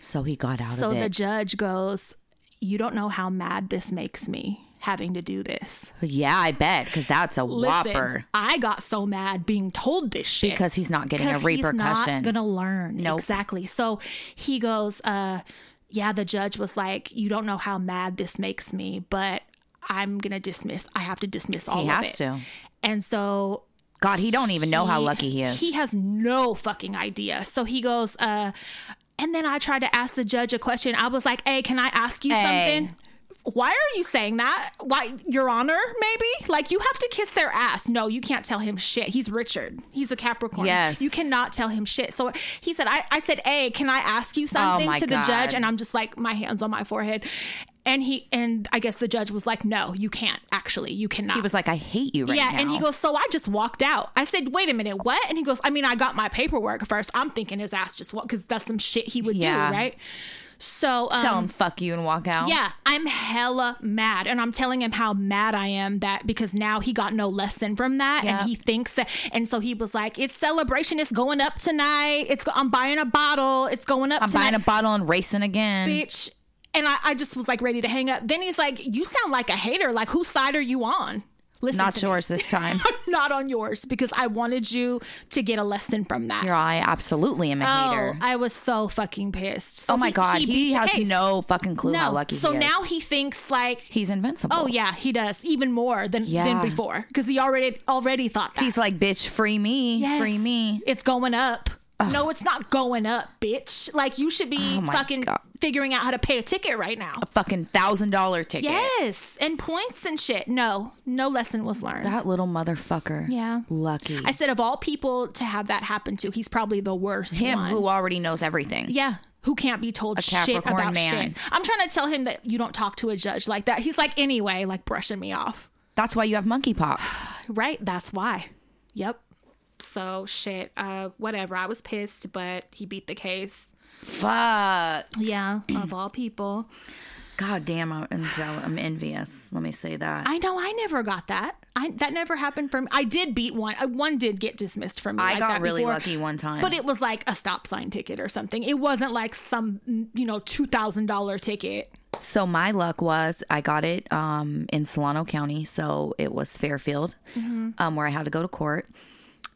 So he got out
So
of
the
it.
judge goes, "You don't know how mad this makes me having to do this."
yeah, I bet because that's a
Listen,
whopper.
I got so mad being told this shit
Because he's not getting a
'cause he's
repercussion.
not gonna learn
Nope.
exactly. So he goes, uh, "Yeah." The judge was like, "You don't know how mad this makes me, but I'm gonna dismiss. I have to dismiss all
he
of
has
it."
to.
And so
God, he don't even know how lucky he is.
he has no fucking idea. So he goes, uh, and then I tried to ask the judge a question. I was like, hey, can I ask you
Hey.
something? Why are you saying that? Why, Your Honor, maybe? Like, you have to kiss their ass. No, you can't tell him shit. He's Richard. He's a Capricorn.
Yes.
You cannot tell him shit. So he said, I, I said, hey, can I ask you something
Oh my
to the
God.
judge? And I'm just like, my hands on my forehead. And he, and I guess the judge was like, no, you can't, actually. You cannot.
He was like, I hate you right
Yeah,
now.
and he goes, so I just walked out. I said, wait a minute, what? And he goes, I mean, I got my paperwork first. I'm thinking his ass just walked because that's some shit he would
Yeah.
do, right? So, um,
tell him fuck you and walk out.
yeah, I'm hella mad, and I'm telling him how mad I am that because now he got no lesson from that,
Yeah.
and he thinks that, and so he was like, "It's celebration. It's going up tonight. It's go- I'm buying a bottle. It's going up
I'm
tonight."
buying a bottle and racing again.
bitch And I, I just was like ready to hang up. Then he's like, You sound like a hater. Like, whose side are you on? Listen
Not
to me.
yours this time.
Not on yours because I wanted you to get a lesson from that.
Your eye absolutely am a
oh,
hater.
I was so fucking pissed. So
oh my
he-
god,
he
he,
beat the
has
case.
no fucking clue how lucky
So
he is.
now he thinks like
he's invincible.
Oh yeah, he does even more than than
Yeah.
before because he already already thought that.
He's like, bitch, free me,
Yes.
free me.
It's going up. No, it's not going up, bitch. Like you should be
Oh my
fucking
God. Oh,
figuring out how to pay a ticket right now.
Fucking thousand dollar ticket.
Yes, and points and shit. No, no lesson was learned.
That little motherfucker.
Yeah.
Lucky.
I said of all people to have that happen to, he's probably the worst
Him
one.
who already knows everything.
yeah. Who can't be told shit
Capricorn
about
man.
shit? I'm trying to tell him that you don't talk to a judge like that. He's like, anyway, like brushing me off.
That's why you have monkeypox.
Right. That's why. Yep. So shit. Uh, whatever. I was pissed, but he beat the case.
Fuck.
Yeah. of all people.
God damn, I'm, I'm, jealous. I'm envious. Let me say that.
I know. I never got that. I that never happened for me. I did beat one. Uh, One did get dismissed from me.
I
like
got
that
really
before,
lucky one time.
But it was like a stop sign ticket or something. It wasn't like some mm, you know two thousand dollar ticket.
So my luck was I got it um, in Solano County, so it was Fairfield, um, where I had to go to court.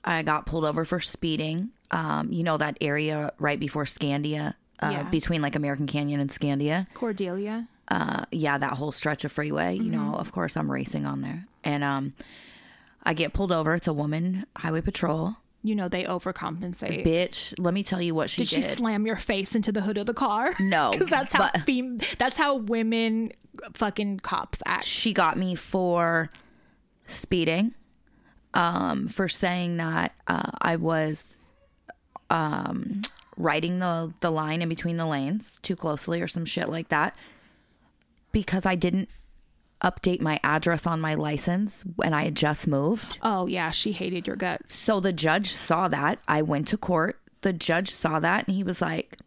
I got pulled over for speeding. Um, you know that area right before Scandia, uh,
Yeah.
between like American Canyon and Scandia.
Cordelia.
Uh, yeah, that whole stretch of freeway. You know, of course I'm racing on there, and um, I get pulled over. It's a woman, Highway Patrol.
You know they overcompensate.
Bitch, let me tell you what she
did
did.
she slam your face into the hood of the car?
No,
because that's how
but-
fem- that's how women fucking cops act.
she got me for speeding um for saying that uh, i was um riding the the line in between the lanes too closely or some shit like that because i didn't update my address on my license when i had just moved
Oh yeah, she hated your guts.
so the judge saw that i went to court the judge saw that and he was like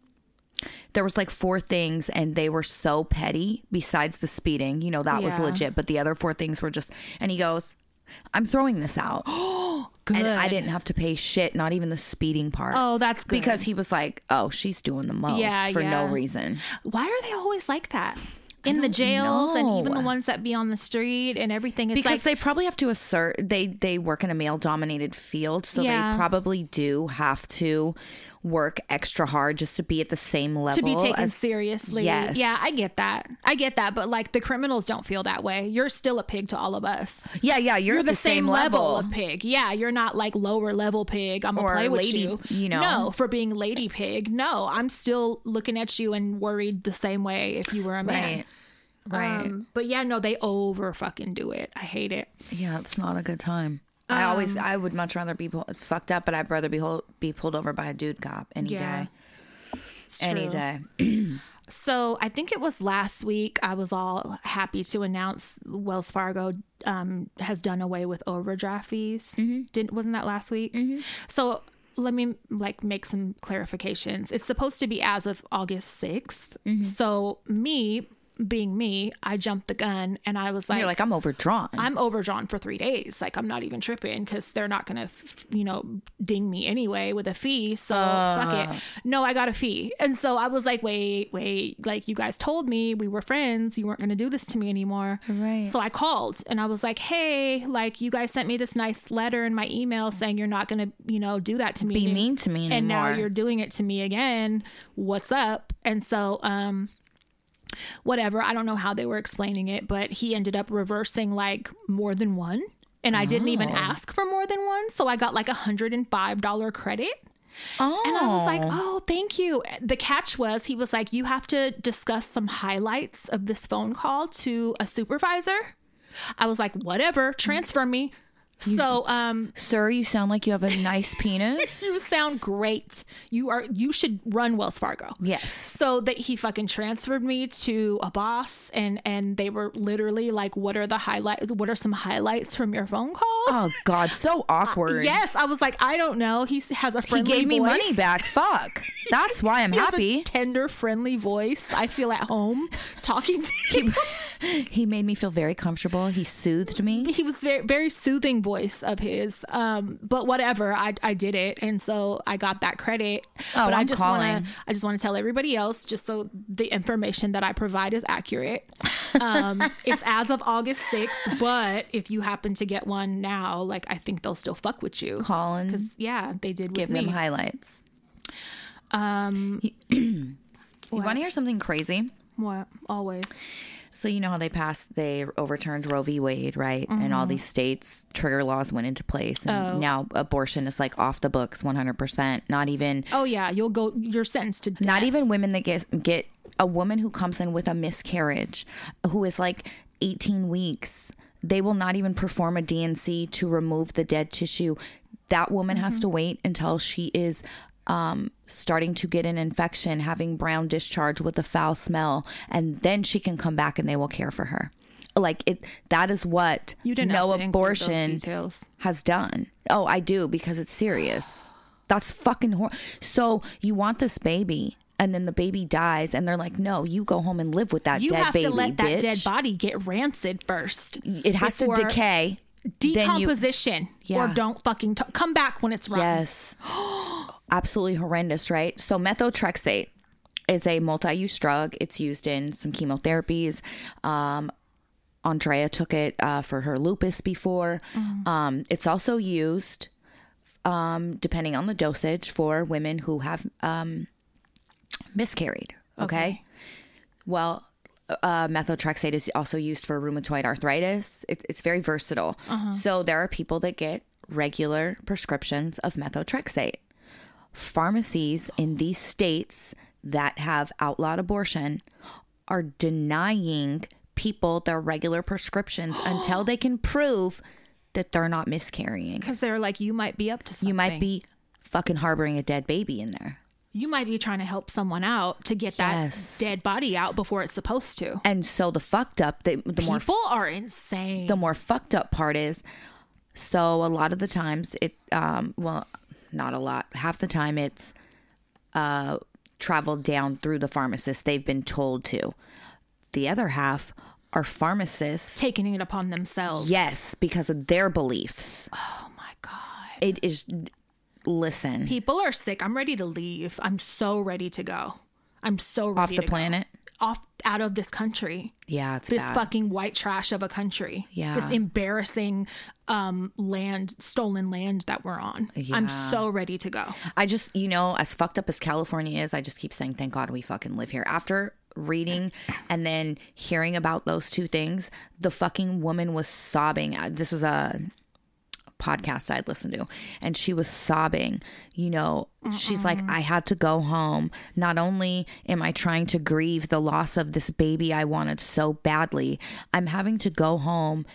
there was like four things and they were so petty besides the speeding you know that was
Yeah.
legit but the other four things were just and he goes i'm throwing this out
Good.
and i didn't have to pay shit not even the speeding part
Oh, that's good.
because he was like oh she's doing the most
Yeah,
for
yeah.
no reason
why are they always like that in the jails and even the
know.
ones that be on the street and everything? It's
because
like
they probably have to assert they they work in a male dominated field so
Yeah.
they probably do have to work extra hard just to be at the same level
to be taken
as-
seriously.
Yes.
Yeah, I get that. I get that. But like the criminals don't feel that way. You're still a pig to all of us.
yeah yeah you're,
You're
at the, same, level,
of pig. Yeah, you're not like lower level pig. I'm gonna
Or
play with
lady,
you.
you know.
no for being lady pig. No, I'm still looking at you and worried the same way if you were a man.
right right
Um, but yeah, no, they over fucking do it. I hate it.
Yeah, it's not a good time. I
um,
always, I would much rather be pull, fucked up, but I'd rather be hol- be pulled over by a dude cop any
Yeah,
day, any
true.
day.
So I think it was last week. I was all happy to announce Wells Fargo um, has done away with overdraft fees. Didn't wasn't that last week? So let me like make some clarifications. It's supposed to be as of August 6th So me being me, I jumped the gun and I was
You're like, I'm overdrawn.
I'm overdrawn for three days. Like I'm not even tripping because they're not gonna, f- you know, ding me anyway with a fee. So
Uh.
fuck it. No, I got a fee, and so I was like, wait, wait. Like you guys told me we were friends. You weren't gonna do this to me anymore.
Right.
So I called and I was like, hey, like you guys sent me this nice letter in my email saying you're not gonna, you know, do that to me.
be
any-
mean to me anymore.
and now you're doing it to me again what's up and so um whatever i don't know how they were explaining it but he ended up reversing like more than one and i didn't even ask for more than one so i got like a hundred and five dollar credit
oh,
and I was like, oh, thank you. The catch was he was like, you have to discuss some highlights of this phone call to a supervisor. I was like, whatever, transfer me. So um
sir, you sound like you have a nice penis.
you sound great. You are you should run Wells Fargo.
yes.
So that he fucking transferred me to a boss and and they were literally like what are the highlights what are some highlights from your phone call?
Oh
Uh,
God, so awkward.
Yes, I was like I don't know. He s- has a
He
friendly
gave me
voice.
money back. Fuck. That's why I'm
He has a
happy.
tender, friendly voice. I feel at home talking to him.
He made me feel very comfortable. He soothed me.
he was very very soothing voice of his um but whatever i i did it and so i got that credit
Oh,
but i
I'm
just
calling.
to i just want to tell everybody else just so the information that i provide is accurate um it's as of august 6th but if you happen to get one now like i think they'll still fuck with you
Colin,
yeah they did with
give
me
them highlights.
um
You want to hear something crazy?
what always
So you know how they passed, they overturned Roe v. Wade, right? And
Mm-hmm.
all these states trigger laws went into place,
Oh.
and now abortion is like off the books, one hundred percent. Not even,
oh yeah you'll go you're sentenced to death.
not even women that get get a woman who comes in with a miscarriage, who is like eighteen weeks. They will not even perform a DNC to remove the dead tissue. That woman has
Mm-hmm.
to wait until she is um, starting to get an infection, having brown discharge with a foul smell, and then she can come back and they will care for her. Like it, that is what
You didn't
no
have to include those
abortion
details.
has done. Oh, I do because it's serious. That's fucking hor. So you want this baby, and then the baby dies, and they're like, "No, you go home and live with that
you
dead
have
baby,
to let that
bitch.
dead body get rancid first
it has to
before-
decay." Then you-
decomposition or
Yeah.
don't fucking t- come back when it's rotten.
Yes. Absolutely horrendous, right? So methotrexate is a multi-use drug. It's used in some chemotherapies. Um, Andrea took it uh, for her lupus before.
Mm-hmm.
Um, it's also used, um, depending on the dosage, for women who have um, miscarried. okay. Well, uh, methotrexate is also used for rheumatoid arthritis. It, it's very versatile. So there are people that get regular prescriptions of methotrexate. Pharmacies in these states that have outlawed abortion are denying people their regular prescriptions until they can prove that they're not miscarrying.
Because they're like, you might be up to something.
You might be fucking harboring a dead baby in there.
You might be trying to help someone out to get
Yes.
that dead body out before it's supposed to.
And so the fucked up, the, the more
People are insane.
the more fucked up part is so a lot of the times it um well not a lot half the time it's uh traveled down through the pharmacist they've been told to the other half are pharmacists
Taking it upon themselves.
yes because of their beliefs
Oh my God.
it is listen
People are sick. I'm ready to leave. I'm so ready to go. I'm so ready
off the
to go.
planet
Off out of this country.
yeah it's
this
bad.
fucking white trash of a country.
Yeah.
This embarrassing um land stolen land that we're on. I'm so ready to go.
I just, you know, as fucked up as California is, I just keep saying, thank God we fucking live here. After reading and then hearing about those two things, the fucking woman was sobbing. Uh, This was a podcast I'd listened to, and she was sobbing. You know, she's like, I had to go home. Not only am I trying to grieve the loss of this baby I wanted so badly, I'm having to go home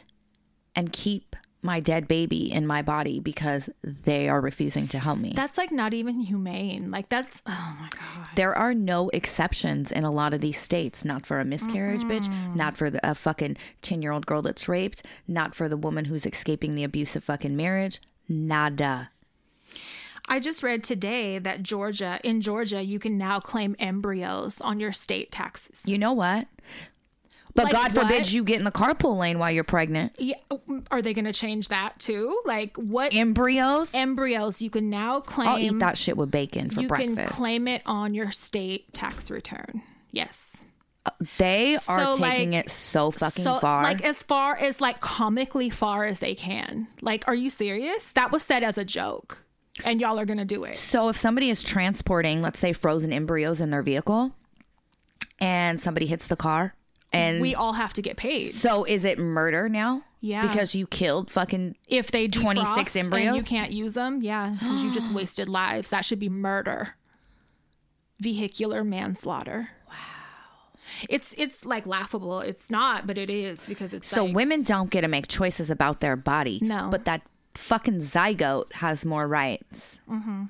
and keep my dead baby in my body because they are refusing to help me.
That's like not even humane. Like that's oh my god.
There are no exceptions in a lot of these states. Not for a miscarriage, bitch. Not for the, a fucking 10 year old girl that's raped. Not for the woman who's escaping the abusive fucking marriage. Nada.
I just read today that Georgia in Georgia you can now claim embryos on your state taxes.
You know what?
Like
But God forbid
what?
you get in the carpool lane while you're pregnant.
Yeah, mm, are they going to change that too? Like what
Embryos?
embryos you can now claim
I'll eat that shit with bacon for
you
breakfast.
can claim it on your state tax return. Yes.
they are
So,
taking
like,
it so fucking
so,
far.
Like as far as like comically far as they can. Like, are you serious? That was said as a joke, and y'all are gonna do it.
So if somebody is transporting, let's say, frozen embryos in their vehicle and somebody hits the car and
We all have to get paid
So is it murder now?
Yeah.
Because you killed fucking
if they
26
26 embryos. And you
embryos?
can't use them. Yeah, because you just wasted lives. That should be murder. Vehicular manslaughter. Wow. It's it's like laughable. It's not, but it is because it's
so
like,
women don't get to make choices about their body.
No.
But that fucking zygote has more rights. Mm-hmm.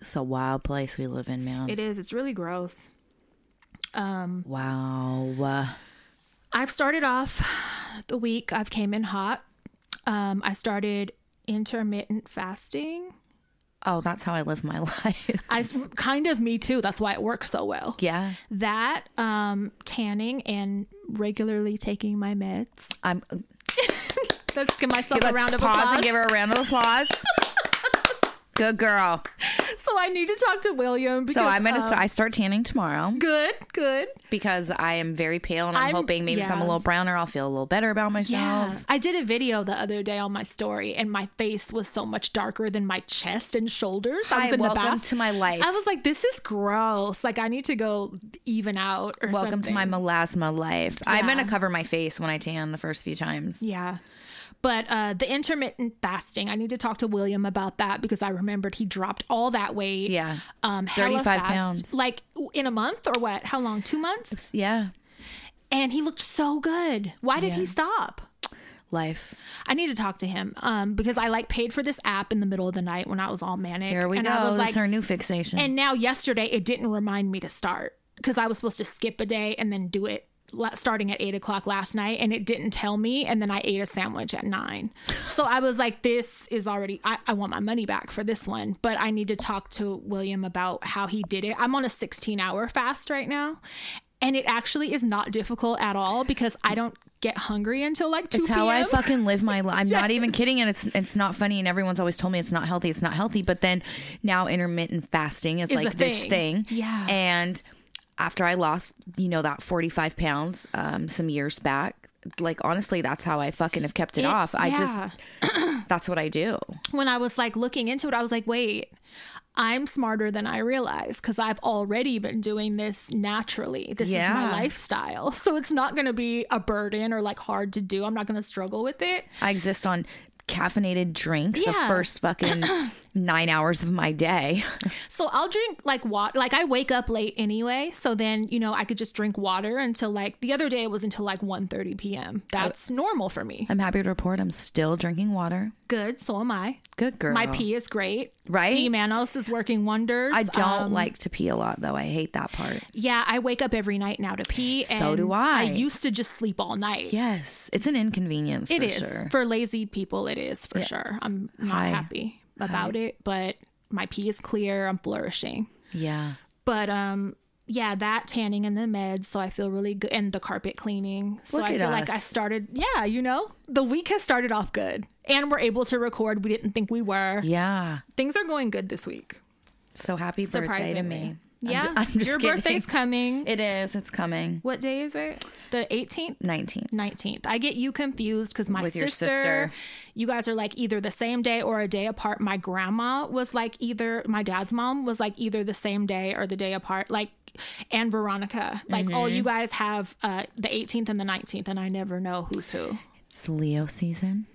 It's a wild place we live in, man.
it is. It's really gross.
wow. Uh,
I've started off the week. I've came in hot. Um, I started intermittent fasting,
oh, that's how I live my life.
I s- kind of me too. That's why it works so well.
yeah.
That um tanning and regularly taking my meds.
I'm
Let's give myself
let's
a round of
pause
applause.
and give her a round of applause. Good girl.
so I need to talk to William because
So I'm gonna
um,
st- I start tanning tomorrow
good, good.
because I am very pale and I'm,
I'm-
hoping maybe if I'm a
yeah.
little browner I'll feel a little better about myself.
I did a video the other day on my story, and my face was so much darker than my chest and shoulders. I
Hi,
was in
welcome
the bath.
to my life.
I was like, "This is gross. Like, I need to go even out." Or
Welcome to
something.
my melasma life. I'm
Yeah.
gonna cover my face when I tan the first few times.
Yeah. But uh, the intermittent fasting, I need to talk to William about that because I remembered he dropped all that weight.
Yeah.
Um, hella
35
fast.
pounds.
Like w- in a month or what? How long? Two months?
Yeah,
And he looked so good. Why did he stop?
life.
I need to talk to him um, because I like paid for this app in the middle of the night when I was all manic.
Here we
and
go.
I was
this
like,
is our new fixation.
and now yesterday it didn't remind me to start because I was supposed to skip a day and then do it la- starting at eight o'clock last night and it didn't tell me and then I ate a sandwich at nine. So I was like, this is already I, I want my money back for this one, but I need to talk to William about how he did it. I'm on a 16 hour fast right now. And it actually is not difficult at all because I don't get hungry until like 2
it's
p.m.
how I fucking live my life. I'm not even kidding, and it's it's not funny. And everyone's always told me it's not healthy. It's not healthy. But then now intermittent fasting is, like
a
this thing.
thing. Yeah.
And after I lost, you know, that 45 pounds, um, some years back, like honestly, that's how I fucking have kept it, off. I
Yeah.
just that's what I do.
when I was like looking into it, I was like, wait, I'm smarter than I realize because I've already been doing this naturally. This is
Yeah.
my lifestyle. So it's not going to be a burden or like hard to do. I'm not going to struggle with it.
I exist on caffeinated drinks the
Yeah.
first fucking nine hours of my day.
So I'll drink like water. Like I wake up late anyway. So then, you know, I could just drink water until like the other day it was until like 1 p.m. That's normal for me.
I'm happy to report I'm still drinking water.
Good. So am I.
Good girl.
My pee is great.
Right?
D Manos is working wonders.
I don't
Um,
like to pee a lot though. I hate that part.
Yeah, I wake up every night now to pee. And
do I.
I used to just sleep all night.
Yes, it's an inconvenience.
It
for
is
Sure.
for lazy people. It is for sure. I'm not
Hi.
happy about it, but my pee is clear. I'm flourishing.
Yeah.
But um, yeah, that tanning and the meds, so I feel really good, and the carpet cleaning. So
Look
I
at
feel like I
us.
started. Yeah, you know, the week has started off good, and we're able to record. We didn't think we were.
Yeah.
Things are going good this week.
So happy birthday to
Surprisingly,
me.
yeah.
I'm, ju- I'm just
Your
kidding.
birthday's coming.
It is. It's coming.
what day is it? The 18th.
19.
19th. I get you confused because my
With your
sister,
sister.
you guys are like either the same day or a day apart. My grandma was like either, my dad's mom was like either the same day or the day apart. Like, and Veronica, like, oh,
Mm-hmm.
you guys have uh, the 18th and the 19th, and I never know who's who.
It's Leo season.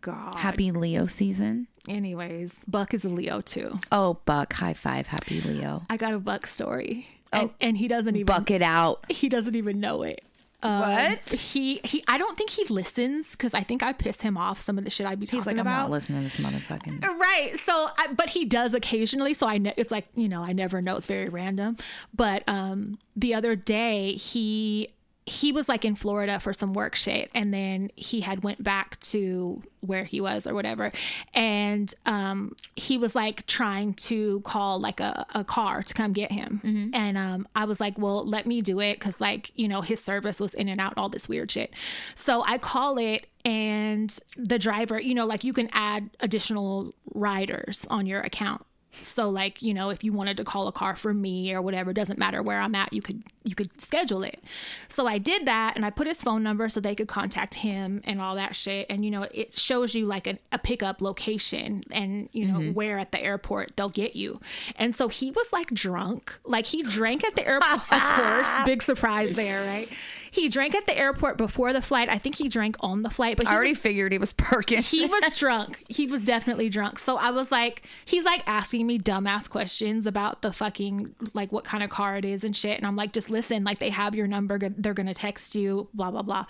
God.
Happy Leo season.
Anyways, Buck is a Leo too.
Oh, Buck, high five. Happy Leo.
I got a Buck story, and, and he doesn't even
Oh. Buck it out.
he doesn't even know it. Um,
What?
he he? I don't think he listens because I think I piss him off some of the shit I be talking
He's like, I'm
about.
not listening to this motherfucking.
Right. So, I, but he does occasionally. So I, ne- it's like you know, I never know. It's very random. But um, the other day he he was like in Florida for some work shit, and then he had went back to where he was or whatever, and um, he was like trying to call like a, a car to come get him, and um, I was like, well, let me do it because like you know his service was in and out, all this weird shit. So I call it and the driver, you know, like you can add additional riders on your account. So like, you know, if you wanted to call a car for me or whatever, it doesn't matter where I'm at, you could you could schedule it. So I did that and I put his phone number so they could contact him and all that shit. And you know, it shows you like a, a pickup location and you know where at the airport they'll get you. And so he was like drunk. Like he drank at the airport, of course. Big surprise there, right? He drank at the airport before the flight. I think he drank on the flight, but he
I already figured he was parking.
he was drunk. He was definitely drunk. So I was like, he's like asking me dumbass questions about the fucking like what kind of car it is and shit. And I'm like, just listen, like they have your number, g- they're gonna text you, blah blah blah.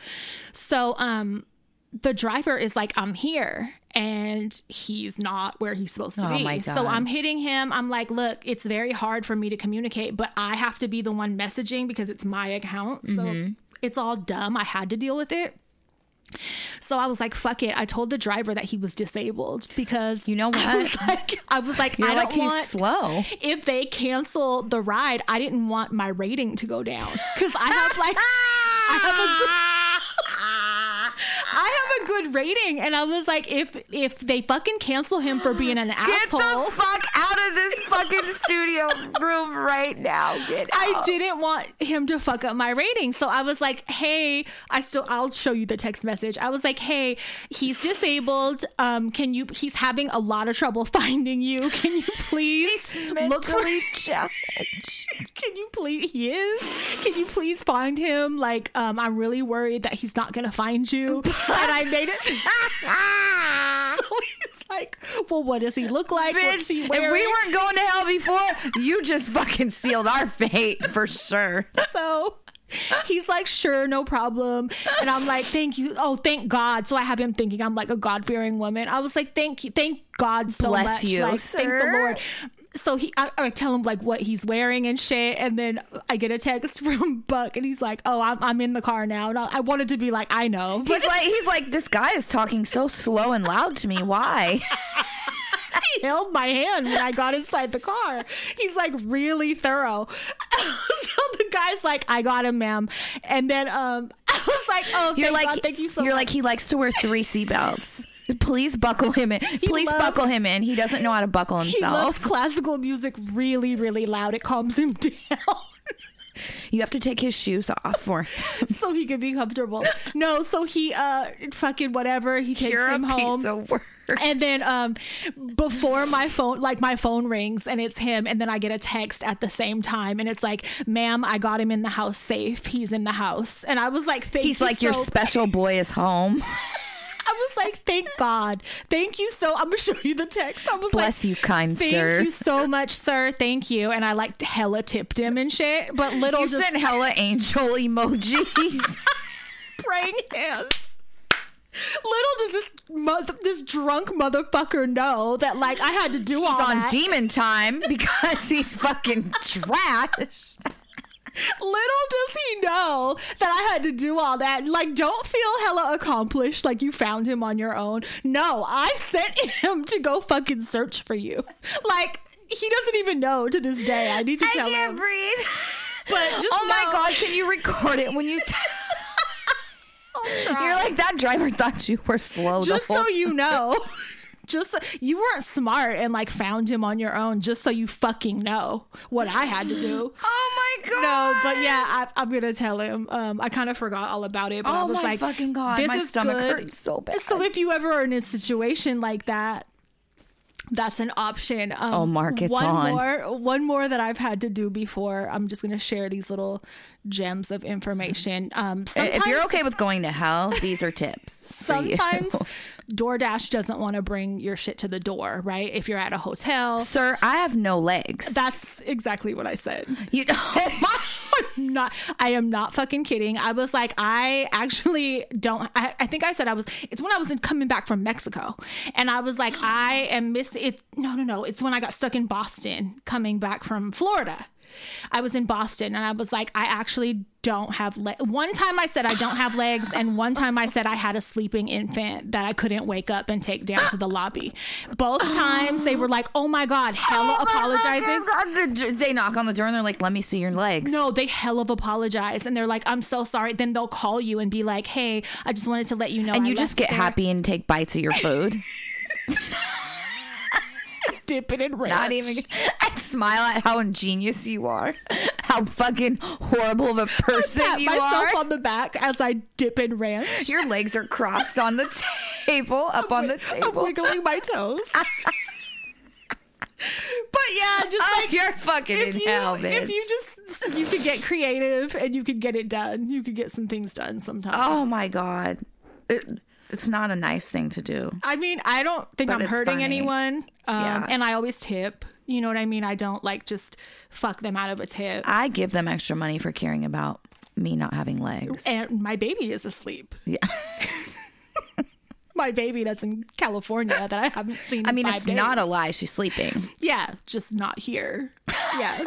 So um, the driver is like, I'm here, and he's not where he's supposed to
Oh,
be.
my God.
So I'm hitting him. I'm like, look, it's very hard for me to communicate, but I have to be
Mm-hmm.
the one messaging because it's my account. So it's all dumb. I had to deal with it. So I was like, fuck it. I told the driver that he was disabled because
You know
I was
what?
like, I was like,
You're
I
like
don't
he's
want
slow.
if they cancel the ride, I didn't want my rating to go down because I have like I have a good, I have a good rating, and I was like, if if they fucking cancel him for being an
Get
asshole,
the fuck out of this fucking studio room right now. Get
I
out.
didn't want him to fuck up my rating. So I was like, hey, I still I'll show you the text message. I was like, hey, he's disabled. Um, can you he's having a lot of trouble finding you. Can you please look for
mentally challenged.
can you please he is can you please find him like um i'm really worried that he's not gonna find you and i made it so he's like well what does he look like What's
Bitch,
he
if we
wearing?
weren't going to hell before, you just fucking sealed our fate for sure.
so he's like sure no problem and i'm like thank you oh thank god so i have him thinking i'm like a god-fearing woman i was like thank you thank god so
Bless
much
you,
like thank the
sir.
lord so he I, I tell him like what he's wearing and shit and then i get a text from buck and he's like oh i'm, I'm in the car now and I, I wanted to be like i know but
He's like, he's like, this guy is talking so slow and loud to me. Why?
he held my hand when i got inside the car he's like really thorough so the guy's like i got him ma'am and then um i was like oh
You're
thank
like,
God, thank you so
you're
much
like, he likes to wear three seatbelts. Please buckle him in. Please
loves-
buckle him in. He doesn't know how to buckle
He loves
himself.
classical music really, really loud. It calms him down
you have to take his shoes off for
so he can be comfortable. No, so he uh fucking whatever. He takes him home.
of work.
and then um before my phone like my phone rings and it's him and then I get a text at the same time and it's like, ma'am, I got him in the house safe. He's in the house. And I was like, thank
He's
you
like, your
so-
special boy is home.
I was like, thank God. Thank you so I'm gonna show you the text. I was
Bless
like,
you, kind
Thank
sir.
you so much, sir. Thank you. And I like hella tipped him and shit. But little
You
just
sent hella angel emojis.
praying hands. Little does this mother, this drunk motherfucker know that like I had to do all
He's on
that.
demon time because he's fucking trash.
Little does he know that I had to do all that. Like, don't feel hella accomplished like you found him on your own. No, I sent him to go fucking search for you. Like. He doesn't even know to this day. I need to tell him.
breathe.
But just
oh my
know-
god, can you record it when you? T-
I'll try.
You're like that driver thought you were slow. the
just
whole-
so you know just so- you weren't smart and like found him on your own just so you fucking know what i had to do
Oh my god.
no but yeah I, i'm gonna tell him um i kind of forgot all about it but i
Oh
was
my
like
fucking God,
this
my
is
stomach
good.
hurts so bad.
so if you ever are in a situation like that that's an option. Um,
Oh, Mark, it's
one
on.
more, one more that I've had to do before. I'm just gonna share these little gems of information. Um, sometimes,
If you're okay with going to hell, these are tips. for you.
sometimes DoorDash doesn't want to bring your shit to the door, right? If you're at a hotel.
sir, I have no legs.
That's exactly what I said.
you oh my.
I'm not I am not fucking kidding. I was like, I actually don't I, I think I said I was it's when I was in, coming back from Mexico. And I was like, I am miss it no no no. It's when I got stuck in Boston coming back from Florida. I was in Boston and I was like, I actually don't have legs. One time I said I don't have legs, and one time I said I had a sleeping infant that I couldn't wake up and take down to the lobby. Both times they were like, oh my God, hella apologizing.
God, the dr- they knock on the door and they're like, "Let me see your legs."
No, they hell of apologize and they're like, I'm so sorry. Then they'll call you and be like, Hey, I just wanted to let you know.
and
I
you just
left
get
there."
happy and take bites of your food.
dip it in ranch.
Not even. And smile at how ingenious you are, how fucking horrible of a person
pat
you
myself
are.
on the back as I dip in ranch.
Your legs are crossed on the table, up on the
I'm
table.
wiggling Oh my toes. but yeah, just
Oh,
like
you're fucking in
if you,
hell, bitch.
if you just you could get creative and you could get it done. You could get some things done sometimes.
oh my god, It- it's not a nice thing to do.
I mean, I don't think
But
I'm
it's
hurting
funny.
anyone. Um,
Yeah.
and I always tip. You know what I mean? I don't like just fuck them out of a tip.
I give them extra money for caring about me not having legs.
and my baby is asleep.
Yeah.
my baby that's in California that I haven't seen. in
I mean,
five
it's not
days.
a lie. She's sleeping.
yeah, just not here. Yeah.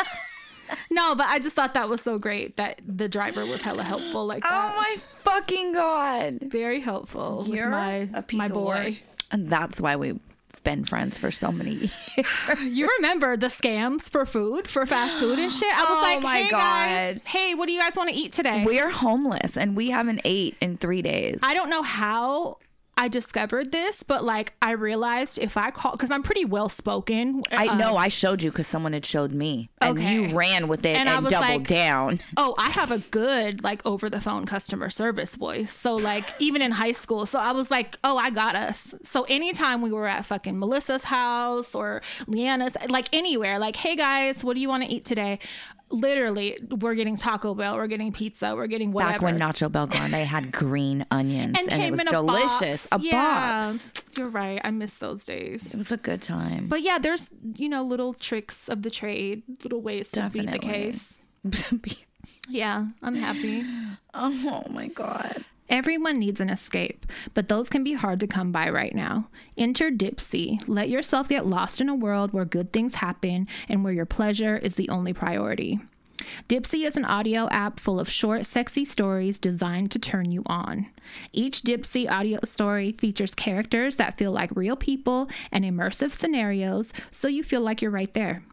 No, but I just thought that was so great that the driver was hella helpful like that.
Oh my fucking god.
Very helpful. with
You're
my,
a piece
my
of work.
boy.
And that's why we've been friends for so many years.
You remember the scams for food, for fast food and shit? I was
Oh
like,
my
hey guys,
God.
hey, what do you guys want to eat today?
We're homeless and we haven't ate in three days.
I don't know how I discovered this, but like I realized if I call, because I'm pretty well spoken. uh,
I know I showed you because someone had showed me, and
Uh-uh. Okay.
you ran with it
And
and,
I was
doubled
like-
down.
oh, I have a good like over the phone customer service voice. So like even in high school, so I was like, oh, I got us. So anytime we were at fucking Melissa's house or Leanna's, like anywhere, like hey guys, what do you want to eat today? Literally, we're getting Taco Bell, we're getting pizza, we're getting whatever.
Back when Nacho Belgrande had green onions and,
and, came
it was
in a
delicious.
Box.
A
Yeah.
box.
You're right. I miss those days.
It was a good time.
But yeah, there's you know little tricks of the trade, little ways to beat the
Definitely.
case. Yeah, I'm happy.
oh my god.
Everyone needs an escape, but those can be hard to come by right now. Enter Dipsy. Let yourself get lost in a world where good things happen and where your pleasure is the only priority. Dipsy is an audio app full of short, sexy stories designed to turn you on. Each Dipsy audio story features characters that feel like real people and immersive scenarios, so you feel like you're right there.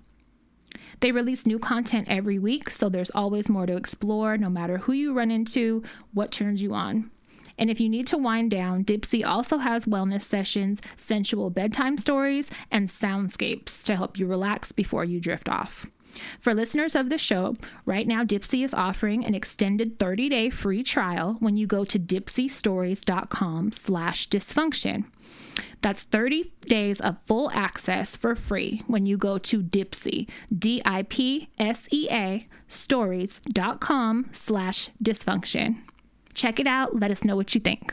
They release new content every week, so there's always more to explore, no matter who you run into, what turns you on. And if you need to wind down, Dipsy also has wellness sessions, sensual bedtime stories, and soundscapes to help you relax before you drift off. For listeners of the show, right now Dipsy is offering an extended 30-day free trial when you go to dipsystories.com slash dysfunction. That's 30 days of full access for free when you go to Dipsy, D-I-P-S-E-A, E stories.com slash dysfunction. Check it out. Let us know what you think.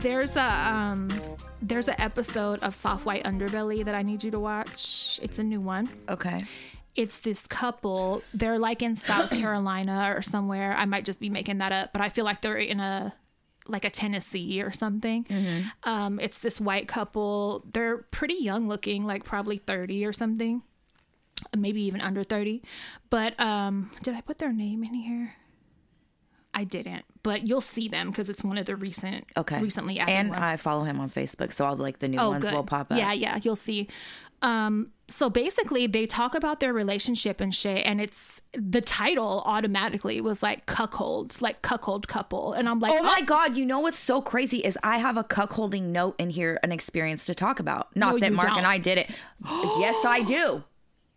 There's a um, there's an episode of Soft White Underbelly that I need you to watch. It's a new one.
Okay.
It's this couple. They're like in South Carolina or somewhere. I might just be making that up, but I feel like they're in a like a Tennessee or something.
Mm-hmm.
Um, it's this white couple. They're pretty young looking, like probably 30 or something, maybe even under 30. But um, did I put their name in here? I didn't, but you'll see them because it's one of the recent,
Okay.
recently added
And
ones.
I follow him on Facebook, so all like the new ones will pop up.
Oh, Yeah, yeah, you'll see. Um, so basically, they talk about their relationship and shit, and it's the title automatically was like cuckold, like cuckold couple, and I'm like,
Oh my god, you know what's so crazy is I have a cuckolding note in here, an experience to talk about. Not
No,
that
you
Mark
don't.
and I did it. yes, I do.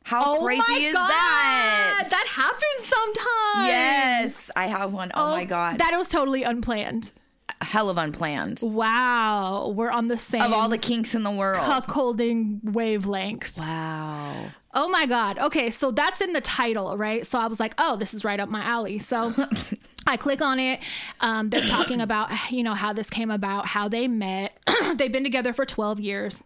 How
Oh
crazy
my
is
God,
that?
That happens sometimes.
Yes, I have one. Oh, my god.
that was totally unplanned.
Hell of unplanned.
Wow, we're on the same
Of all the kinks in the world.
cuckolding wavelength.
Wow.
Oh my God. Okay. So that's in the title, right? So I was like, oh, this is right up my alley. So I click on it. Um, they're talking about, you know, how this came about, how they met. They've been together for 12 years.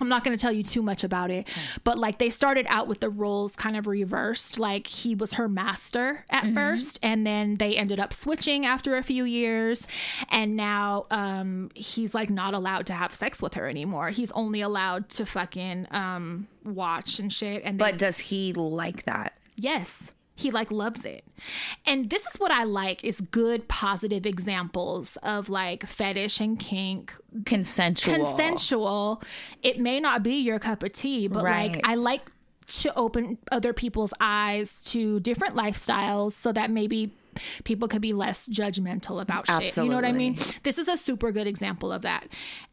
I'm not going to tell you too much about it, but like they started out with the roles kind of reversed. Like he was her master at first, and then they ended up switching after a few years. And now um, he's like not allowed to have sex with her anymore. He's only allowed to fucking um, watch and shit. And then
But does he like that?
Yes. He like loves it. And this is what I like is good positive examples of like fetish and kink,
Consensual.
consensual. It may not be your cup of tea, but
Right.
like I like to open other people's eyes to different lifestyles so that maybe people can be less judgmental about shit. You know what I mean? This is a super good example of that.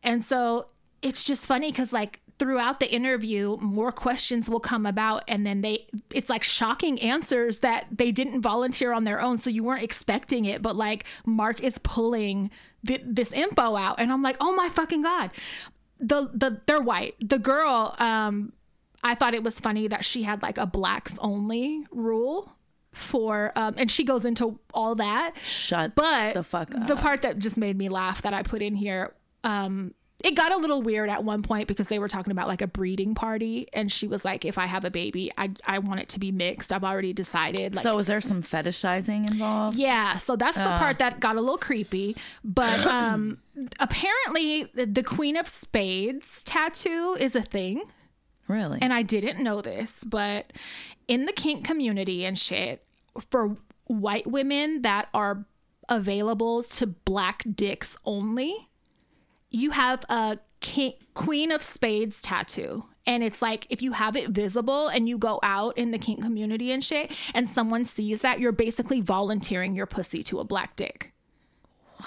And so it's just funny cuz like throughout the interview more questions will come about and then they it's like shocking answers that they didn't volunteer on their own so you weren't expecting it but like Mark is pulling th- this info out and I'm like, "Oh my fucking god." The the they're white. The girl um I thought it was funny that she had like a blacks only rule for um and she goes into all that
Shut
but
the fuck up.
the part that just made me laugh that I put in here um it got a little weird at one point because they were talking about like a breeding party and she was like if i have a baby i i want it to be mixed i've already decided like
So is there some fetishizing involved?
yeah, so that's the part that got a little creepy. But um, apparently, the- the Queen of Spades tattoo is a thing.
Really?
And I didn't know this, but in the kink community and shit, for white women that are available to black dicks only, you have a king, queen of spades tattoo. And it's like if you have it visible and you go out in the kink community and shit, and someone sees that, you're basically volunteering your pussy to a black dick.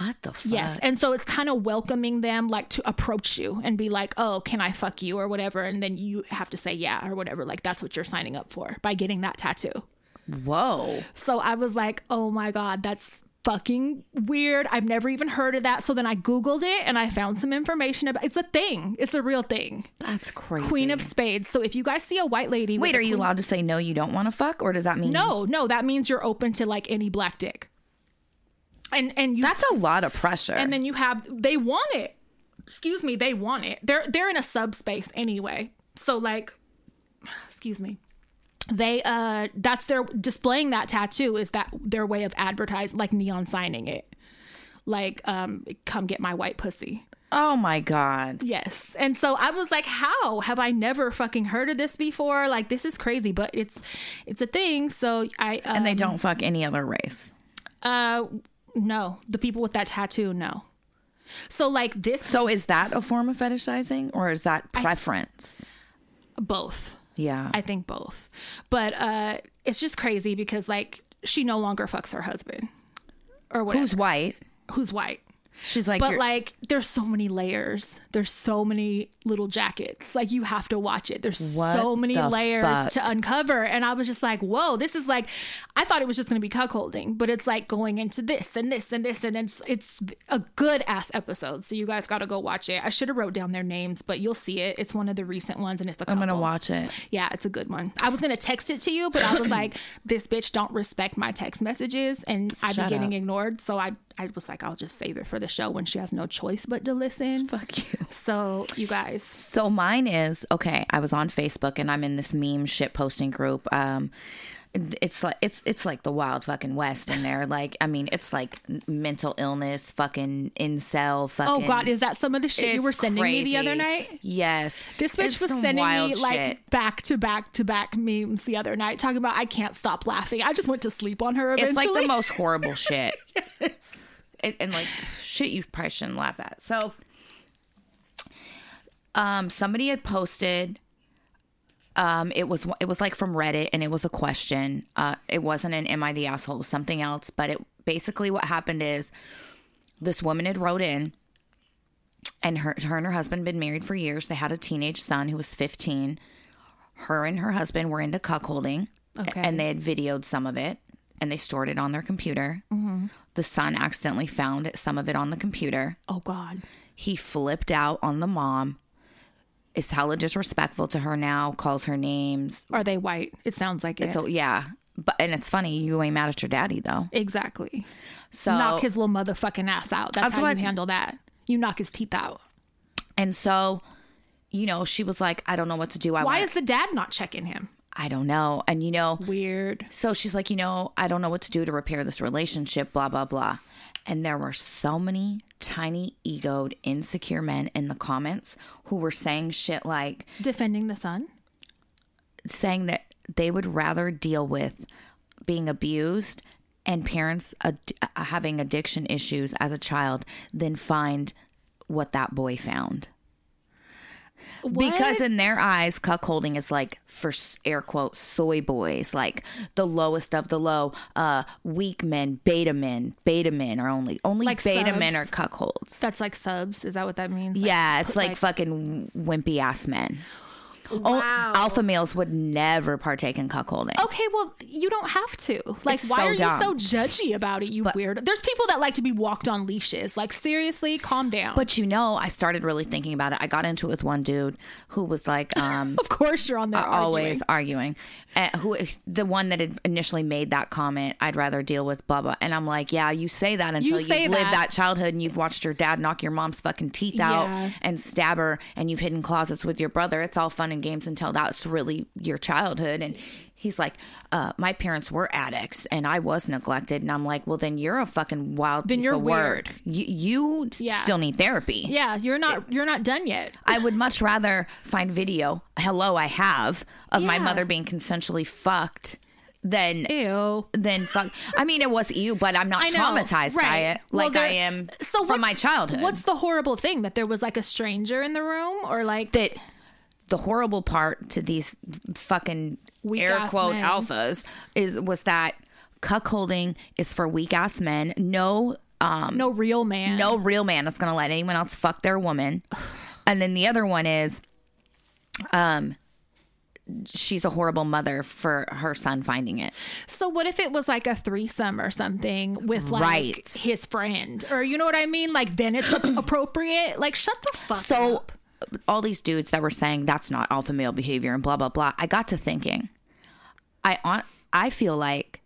what the fuck?
Yes. And so it's kind of welcoming them like to approach you and be like, oh, can I fuck you or whatever? And then you have to say yeah or whatever. Like that's what you're signing up for by getting that tattoo.
Whoa.
So I was like, oh my God, that's fucking weird. I've never even heard of that. So then I Googled it and I found some information about it's a thing. It's a real thing.
That's crazy.
Queen of Spades. So if you guys see a white lady. with
Wait,
a
are you allowed to say no you don't want to fuck or does that mean
No, no, that means you're open to like any black dick. And and you
That's a lot of pressure.
and then you have they want it excuse me they want it they're they're in a subspace anyway so like excuse me they uh that's their displaying that tattoo is that their way of advertising like neon signing it like um come get my white pussy
oh my god.
yes and so i was like how have i never fucking heard of this before like this is crazy but it's it's a thing so i uh,
And they don't fuck any other race.
uh no the people with that tattoo no so like this
So is that a form of fetishizing or is that preference?
both
yeah.
I think both. But uh it's just crazy because like she no longer fucks her husband or whatever
Who's
who's,
white?
white.
She's like,
But
you're-
like there's so many layers. There's so many little jackets. Like you have to watch it. There's
What
so many
the
layers
fuck?
to uncover and I was just like, "Whoa, this is like I thought it was just going to be cuckolding, but it's like going into this and this and this and it's it's a good ass episode. So you guys got to go watch it. I should have wrote down their names, but you'll see it. It's one of the recent ones and it's a
I'm
couple.
gonna watch it.
Yeah, it's a good one. I was gonna text it to you, but I was like, this bitch don't respect my text messages, and I've been
Shut
getting
up.
ignored. So I, I was like, I'll just save it for the show when she has no choice but to listen.
Fuck you.
So you guys,
So mine is okay. I was on Facebook and I'm in this meme shit posting group. Um, it's like it's it's like the wild fucking west in there. Like I mean, it's like mental illness, fucking incel,
oh
fucking.
god, is that some of the shit you
It's
were sending me the other
crazy.
night?
Yes,
This bitch
It's
was
some
sending me
wild shit.
like back to back to back memes the other night, talking about I can't stop laughing. I just went to sleep on her. Eventually,
It's like the most horrible shit. It, and like shit you probably shouldn't laugh at. So um somebody had posted um it was it was like from Reddit and it was a question. Uh it wasn't an MID asshole, it was something else, but it basically what happened is this woman had wrote in and her her and her husband been married for years. They had a teenage son who was 15. Her and her husband were into cuckolding.
Okay.
And they had videoed some of it and they stored it on their computer.
Mm-hmm.
The son accidentally found some of it on the computer.
oh god,
He flipped out on the mom. Is hella disrespectful to her now, calls her names.
are they white? It sounds like it.
So yeah. But and it's funny, you ain't mad at your daddy though.
exactly.
So
knock his little motherfucking ass out. That's,
Oh. That's
how
what-
you handle that. You knock his teeth out.
and so, you know, she was like, I don't know what to do. I
Why
want
is the dad not checking him?
I don't know. And you know,
Weird.
So she's like, you know, I don't know what to do to repair this relationship, blah, blah, blah. And there were so many tiny, egoed, insecure men in the comments who were saying shit like,
Defending the son.
saying that they would rather deal with being abused and parents ad- uh, having addiction issues as a child than find what that boy found. Because in their eyes, cuckolding is like for s- air quote soy boys, like the lowest of the low, uh, weak men, beta men, beta men are only only
Like
beta
subs?
men are cuckolds.
That's like subs. Is that what that means? Like,
yeah, it's
put-
like, fucking wimpy ass men.
Wow. Oh.
Oh, alpha males would never partake in cuckolding.
Okay, well, you don't have to. Like,
It's
why
so
are
dumb.
you so judgy about it, you weirdo? There's people that like to be walked on leashes. Like, seriously, calm down.
But you know, I started really thinking about it. I got into it with one dude who was like, um,
of course, you're on there.
always
Always.
arguing. Uh, who the one that had initially made that comment? I'd rather deal with Bubba. And I'm like, yeah, you say that until you
say
have lived
that.
that childhood and you've watched your dad knock your mom's fucking teeth
Yeah.
out and stab her, and you've hidden closets with your brother. It's all fun and games until that's really your childhood. And he's like, uh, my parents were addicts and I was neglected. And I'm like, well, then you're a fucking wild.
Then
piece
you're
of
weird.
Work. You, you
Yeah.
still need therapy.
Yeah, you're not. You're not done yet.
I would much rather find video, hello, I have, of my
Yeah.
mother being consensually fucked than.
Ew.
Than fuck. I mean, it was you, but I'm not
I know,
traumatized by
right.
it
Well,
like
there-
I am
so what's-
from my childhood.
What's the horrible thing that there was like a stranger in the room or like
that? The horrible part to these fucking
Weak
air
ass
quote
men.
alphas is was that cuckolding is for weak ass men. No
no real man?
no real man is going to let anyone else fuck their woman. And then the other one is, um, she's a horrible mother for her son finding it.
So what if it was like a threesome or something with like
Right.
his friend or you know what I mean? Like then it's appropriate. Like shut the fuck
So
up.
all these dudes that were saying that's not alpha male behavior and blah blah blah. I got to thinking, I on I feel like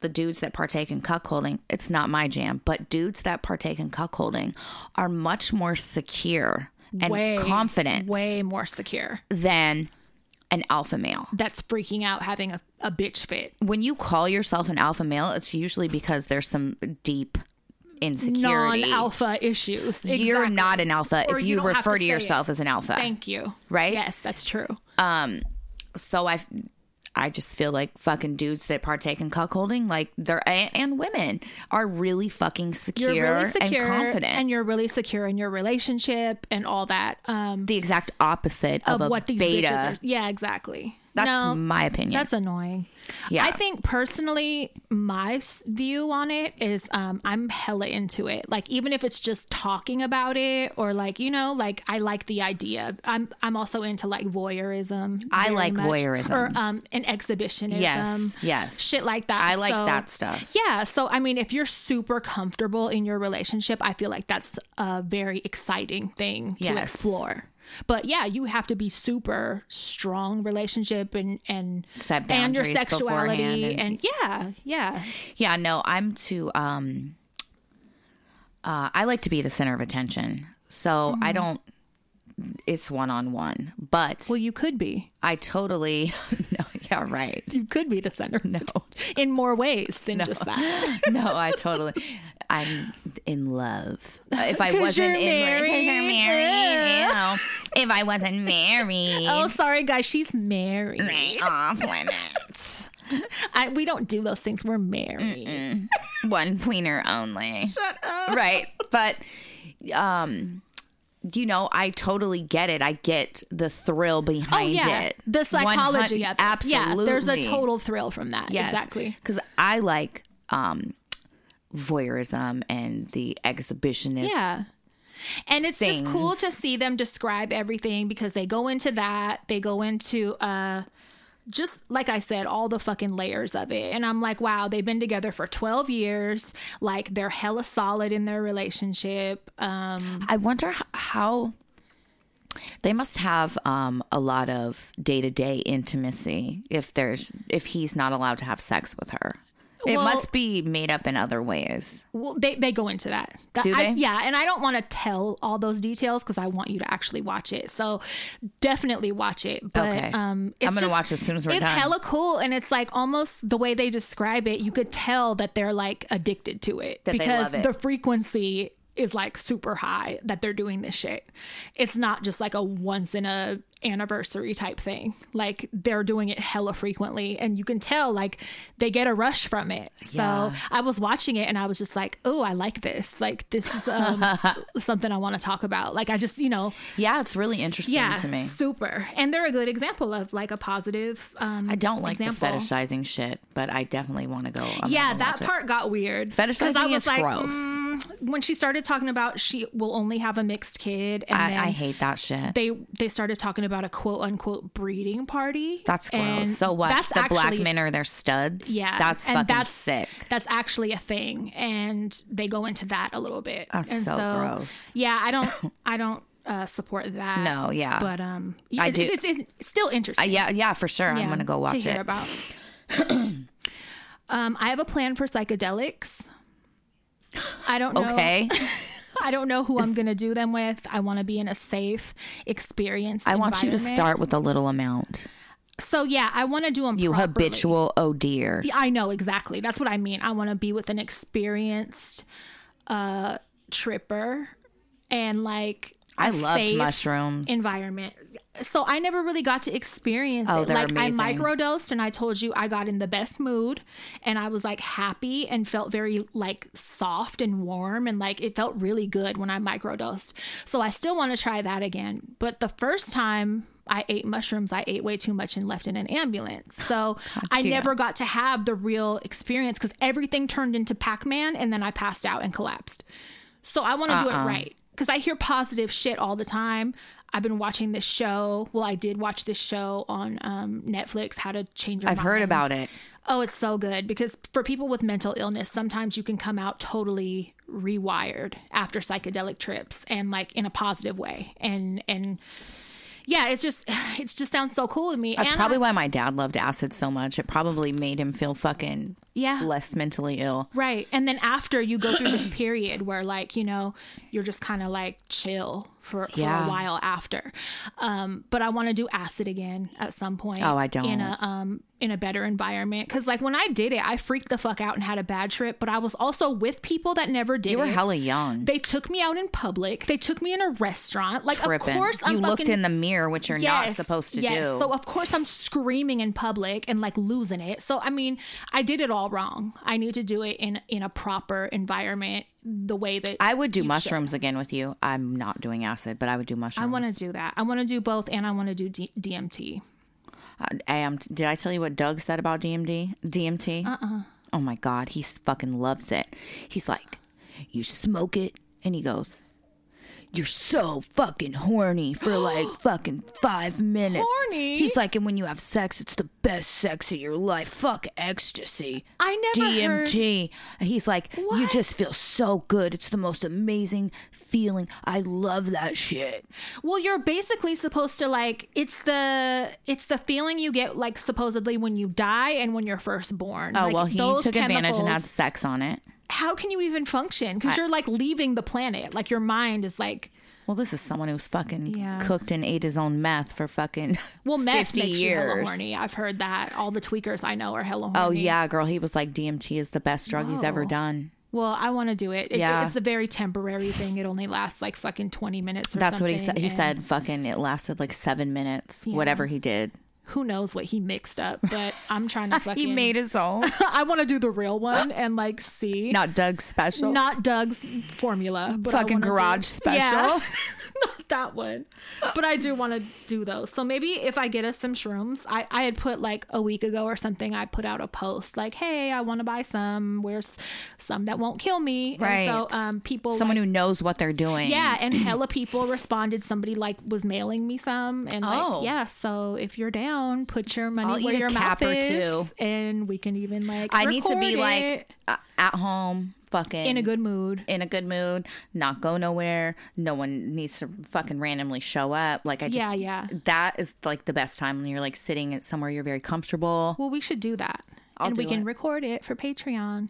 the dudes that partake in cuckolding, it's not my jam, but dudes that partake in cuckolding are much more secure and
Way
confident
way more secure.
than an alpha male.
That's freaking out having a, a bitch fit.
when you call yourself an alpha male, it's usually because there's some deep insecurity.
Non alpha issues.
You're
Exactly.
not an alpha
Or
if
you
you,
don't have
refer
to
to
say
yourself as an alpha.
Thank you.
Right? Um,
Yes, that's true.
so I, I just feel like fucking dudes that partake in cuckolding, like they're and, and women are really fucking secure,
You're really secure
and confident.
and you're really secure in your relationship and all that. Um
the exact opposite of,
of
a
what these bitches
beta.
are. Yeah, exactly.
That's
no,
my opinion.
That's annoying.
Yeah.
I think personally, my s- view on it is um, I'm hella into it. Like even if it's just talking about it or like you know, like I like the idea. I'm I'm also into like voyeurism.
I
very
like
much.
voyeurism.
or um an exhibitionism.
Yes, yes.
shit like that.
I like
So-
that stuff.
Yeah. So I mean, if you're super comfortable in your relationship, I feel like that's a very exciting thing to
Yes.
explore. But yeah, you have to be super strong relationship and and
Set
and your
boundaries
sexuality
beforehand
and,
and-
yeah, yeah.
Yeah, no, I'm too. Um, uh, I like to be the center of attention, so
Mm-hmm.
I don't. It's one on one, but
Well, you could be.
I totally. No, yeah, right.
You could be the center. No. In more ways than just that.
No, I totally. I'm in love. If I
'Cause
wasn't
you're
in love, because you're
married.
married. Ew. If I wasn't married,
Oh, sorry, guys. She's married.
off limits.
I, we don't do those things. We're married.
one tweener only. Shut up. Right. But um you know, I totally get it. I get the thrill behind it.
Oh, The psychology
100
of it. Yeah, there's a
absolutely.
total thrill from that.
Yes.
Exactly.
Cuz I like um voyeurism and the exhibitionist.
Yeah. And it's
things.
just cool to see them describe everything because they go into that, they go into uh just like I said, all the fucking layers of it. And I'm like, wow, they've been together for 12 years. Like they're hella solid in their relationship. Um
I wonder h- how they must have um, a lot of day-to-day intimacy if there's if he's not allowed to have sex with her. It
Well-
must be made up in other ways.
well, they, they go into that. That-
Do
I-
they?
yeah, and I don't want to tell all those details because I want you to actually watch it. So definitely watch it. But
Okay.
um,
I'm
it's
gonna
just-
watch as soon as we're
it's
done.
hella cool, and it's like almost the way they describe it. You could tell that they're like addicted to it
That they
because
love it.
the frequency is like super high that they're doing this shit. It's not just like a once in a anniversary type thing. Like they're doing it hella frequently and you can tell like they get a rush from it. So I was watching it and I was just like, "Oh, I like this. Like this is um, something I want to talk about." Like I just, you know,
Yeah, it's really interesting
yeah,
to me.
super. And they're a good example of like a positive um
I don't like
example.
the fetishizing shit, but I definitely want to go. I'm
Yeah,
gonna watch
that
it.
part got weird. 'Cause I
Fetishizing
was
is gross.
mm, when she started talking about she will only have a mixed kid, and then
I, I hate that shit.
they they started talking about a quote unquote breeding party.
That's
And
gross. So what?
That's
the black
actually-
men are their studs.
Yeah,
that's
and
fucking
that's-
sick.
That's actually a thing, and they go into that a little bit.
That's
and
so gross.
Yeah, I don't, I don't uh, support that.
No, yeah.
but um,
I
it's,
do-
It's, it's, still interesting.
Uh, Yeah, yeah, for sure. I'm
yeah,
gonna go watch
to
it.
Hear about. um, I have a plan for psychedelics. I don't know.
okay,
I don't know who I'm gonna do them with. I want to be in a safe, experienced.
I want you to
environment.
start with a little amount.
So yeah, I want to do them.
You habitual oh dear.
Yeah, I know exactly. That's what I mean. I want to be with an experienced uh tripper and like
I
a
loved
safe
mushrooms.
environment. So I never really got to experience
Oh,
it.
they're
Like I
amazing.
microdosed and I told you I got in the best mood and I was like happy and felt very like soft and warm and like it felt really good when I microdosed. So I still want to try that again. But the first time I ate mushrooms, I ate way too much and left in an ambulance. So I
damn.
never got to have the real experience because everything turned into Pac-Man and then I passed out and collapsed. So I want to do
Uh-uh.
it right because I hear positive shit all the time. I've been watching this show. Well, I did watch this show on um, Netflix, How to Change Your
I've heard
Mind.
about it.
Oh, it's so good because for people with mental illness, sometimes you can come out totally rewired after psychedelic trips and like in a positive way. And and yeah, it's just it just sounds so cool to me.
That's
and
probably
I-
why my dad loved acid so much. It probably made him feel fucking
yeah.
less mentally ill.
Right. And then after you go through this period where like, you know, you're just kind of like chill for, for
Yeah.
a while after. Um, but I want to do acid again at some point.
Oh, I don't.
In a um in a better environment cuz like when I did it, I freaked the fuck out and had a bad trip, but I was also with people that never did
You were
it.
hella young.
they took me out in public. They took me in a restaurant. Like
tripping.
of course I'm
you
fucking
looked in the mirror, which you're not supposed to do.
so of course I'm screaming in public and like losing it. So I mean, I did it all wrong. I need to do it in in a proper environment, the way that I,
I would do mushrooms again with you. I'm not doing acid, but I would do mushrooms.
want to do that. I want to do both, and I want to do D- DMT.
Uh, I am. Did I tell you what Doug said about DMD? DMT. Uh.
Uh-uh.
uh Oh my God, he s- fucking loves it. He's like, you smoke it, and he goes, you're so fucking horny for like fucking five minutes.
Horny?
He's like, and when you have sex, it's the best sex of your life. Fuck ecstasy.
I never heard-
DMT. He's like, you just feel so good. It's the most amazing feeling. I love that shit.
Well, you're basically supposed to like it's the it's the feeling you get like supposedly when you die and when you're first born.
Oh
Like,
well, he
those
took advantage and had
chemicals-
sex on it.
How can you even function? Because you're like leaving the planet. Like your mind is like
Well, this is someone who's fucking
Yeah.
cooked and ate his own meth for fucking
Well, meth
50
makes you hella
years.
horny. I've heard that. All the tweakers I know are hella horny.
Oh yeah, girl. He was like, DMT is the best drug he's ever
Whoa.
done.
Well, I want to do it. It-
Yeah.
It's a very temporary thing. It only lasts like fucking 20 minutes or
That's what
something.
he said. He
and
said, fucking, it lasted like seven minutes. Whatever he did,
Who knows what he mixed up, but I'm trying to fucking.
his own.
I want to do the real one and like see.
Not Doug's special.
Not Doug's formula, but I
Fucking
wanna do-
garage special.
Yeah. Not that one, but I do want to do those. So maybe if I get us some shrooms, I I had put like a week ago or something. I put out a post like, "Hey, I want to buy some. Where's some that won't kill me?"
Right.
And so um, people
Someone
like-
who knows what they're doing.
yeah, and hella people responded. Somebody like was mailing me some, and like
Oh.
yeah. So if you're down, put your money
I'll
where
eat a
your mouth
cap or
is,
two.
and we can even like.
I need to be
record
like
it
uh, at home, fucking
in a good mood.
in a good mood, not go nowhere. No one needs to fucking randomly show up. Like I just
Yeah, yeah.
That is like the best time when you're like sitting at somewhere you're very comfortable.
Well, we should do that, and we
do
can
it.
record it for Patreon.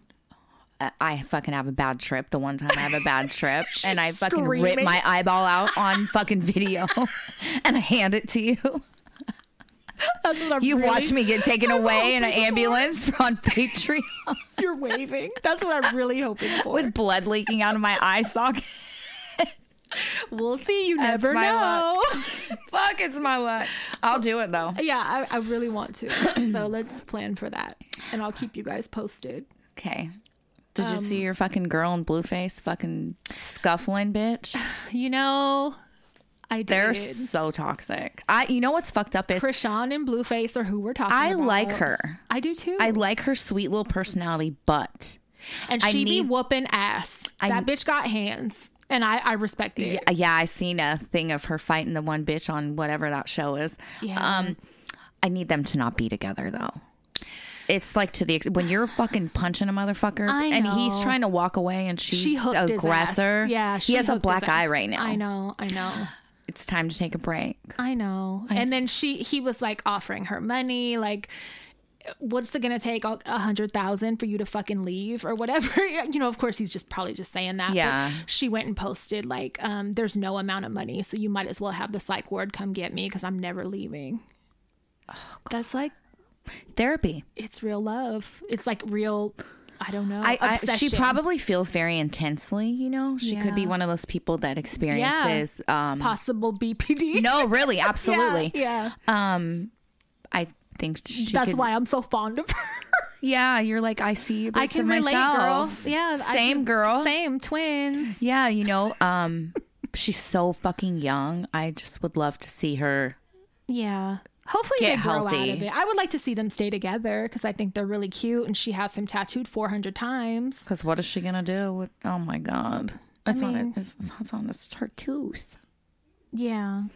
Uh, I fucking have a bad trip. The one time I have a bad trip and I fucking rip
screaming.
my eyeball out on fucking video and I hand it to you.
That's what I'm.
You
really, Oh
watch me get taken away in an ambulance on Patreon
You're waving. That's what I'm really hoping for.
with blood leaking out of my eye socket.
we'll see. You
That's
never
my
know.
Fuck, it's my luck. I'll do it though.
yeah, I, I really want to. So let's plan for that, and I'll keep you guys posted.
Okay. Did you
Um,
see your fucking girl in Blueface fucking scuffling, bitch?
You know, I did.
They're so toxic. I, you know what's fucked up is
Krishan and Blueface are who we're talking
I
about.
like her.
I do too.
I like her sweet little personality, but
and
I
she be
need-
whooping ass.
I-
that bitch got hands, and I I respect it.
Yeah, yeah, I seen a thing of her fighting the one bitch on whatever that show is.
Yeah.
Um, I need them to not be together though. It's like to the ex- when you're fucking punching a motherfucker
I
and he's
know.
trying to walk away and she's
She hooked his ass.
aggressor.
Yeah,
he has a
hooked his
black eye
ass.
right now.
I know, I know.
It's time to take a break.
I know. and then she he was like offering her money, like what's it gonna take a a hundred thousand for you to fucking leave or whatever you know of course he's just probably just saying that but
Yeah.
she went and posted like um there's no amount of money so you might as well have the psych ward come get me because i'm never leaving
Oh,
that's like
Therapy.
it's real love it's like real i don't know
I, I she
obsession.
probably feels very intensely. You know, she could be
Yeah.
one of those people that experiences. Um,
possible bpd
no, really,
Yeah,
absolutely. Um,
yeah,
I think she
that's
could-
why i'm so fond of her
Yeah, you're like I see. This
I can
in
relate, girl.
myself.
Yeah, I
same
do-
girl.
same twins.
Yeah, you know, um, she's so fucking young. I just would love to see her.
Yeah. Hopefully
Get
they grow out of
healthy.
it. I would like to see them stay together because I think they're really cute, and she has him tattooed four hundred times.
Cause what is she gonna do with? Oh my god, it's on
mean-
it. It's, it's on this her tooth.
Yeah,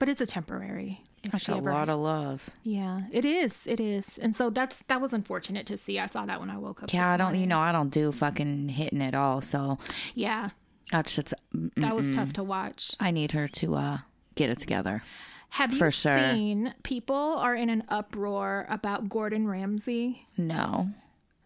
but it's a temporary. if
That's
she
a
ever-
lot of love.
Yeah, it is. It is, and so that's that was unfortunate to see. I saw that when I woke up.
Yeah,
this
I don't.
morning.
You know, I don't do fucking hitting at all. So
Yeah,
that shit's. mm,
that was tough to watch.
I need her to uh get it together.
Have you
For sure.
seen people are in an uproar about Gordon Ramsay?
No.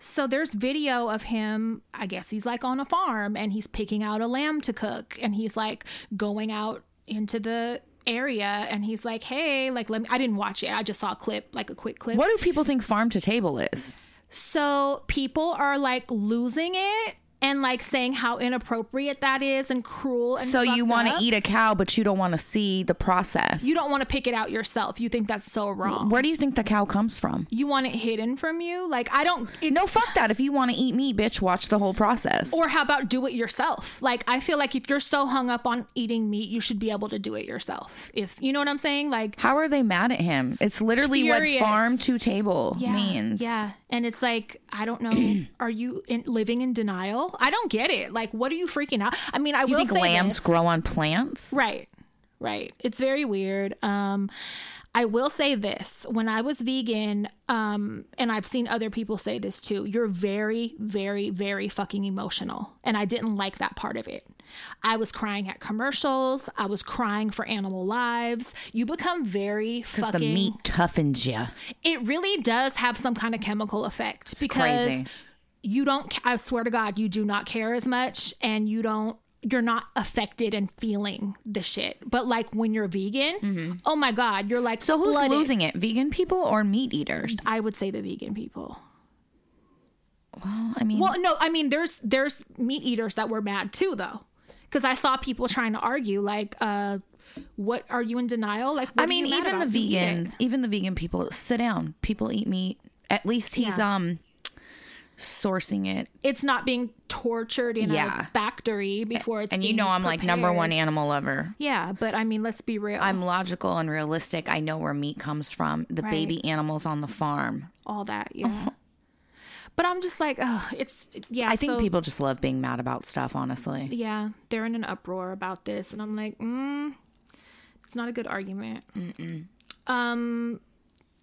So there's video of him, I guess he's like on a farm and he's picking out a lamb to cook and he's like going out into the area and he's like, "Hey, like let me I didn't watch it. I just saw a clip, like a quick clip."
What do people think farm to table is?
So people are like losing it and like saying how inappropriate that is and cruel and
So you
want
to eat a cow, but you don't want to see the process.
You don't want to pick it out yourself. You think that's so wrong.
Where do you think the cow comes from?
you want it hidden from you? Like I don't it,
No, fuck that. If you want to eat meat, bitch, watch the whole process.
Or how about do it yourself? Like I feel like if you're so hung up on eating meat, you should be able to do it yourself. If you know what I'm saying, like
How are they mad at him? It's literally
Furious.
what farm to table means.
yeah. And it's like I don't know. are you in, living in denial? I don't get it. Like what are you freaking out? I mean, I
You
will
think
say
lambs
this.
grow on plants?
Right. Right. It's very weird. Um I will say this. When I was vegan, um and I've seen other people say this too, you're very very very fucking emotional and I didn't like that part of it. I was crying at commercials, I was crying for animal lives. You become very
Because
fucking
the meat toughens you.
it really does have some kind of chemical effect because
crazy.
you don't i swear to god you do not care as much and you don't you're not affected and feeling the shit but like when you're vegan oh my god you're like
Mm-hmm. So who's
flooded.
losing it? Vegan people or meat eaters?
i would say the vegan people
I mean,
well no i mean there's there's meat eaters that were mad too though because i saw people trying to argue like uh what are you in denial like what
I
are
mean,
you mad
even the
about? You eat it.
vegans, even the vegan people, sit down. People eat meat. At least he's
Yeah.
um sourcing it.
it's not being tortured in
Yeah.
a factory before it's
And you
being
know, I'm like number
prepared.
one animal lover.
Yeah, but I mean, let's be real.
I'm logical and realistic. I know where meat comes from. The baby animals on the farm.
all that, yeah. But I'm just like, oh, it's yeah.
I think
so-
people just love being mad about stuff, honestly.
yeah, they're in an uproar about this, and I'm like, mm, it's not a good argument. Mm-mm. Um,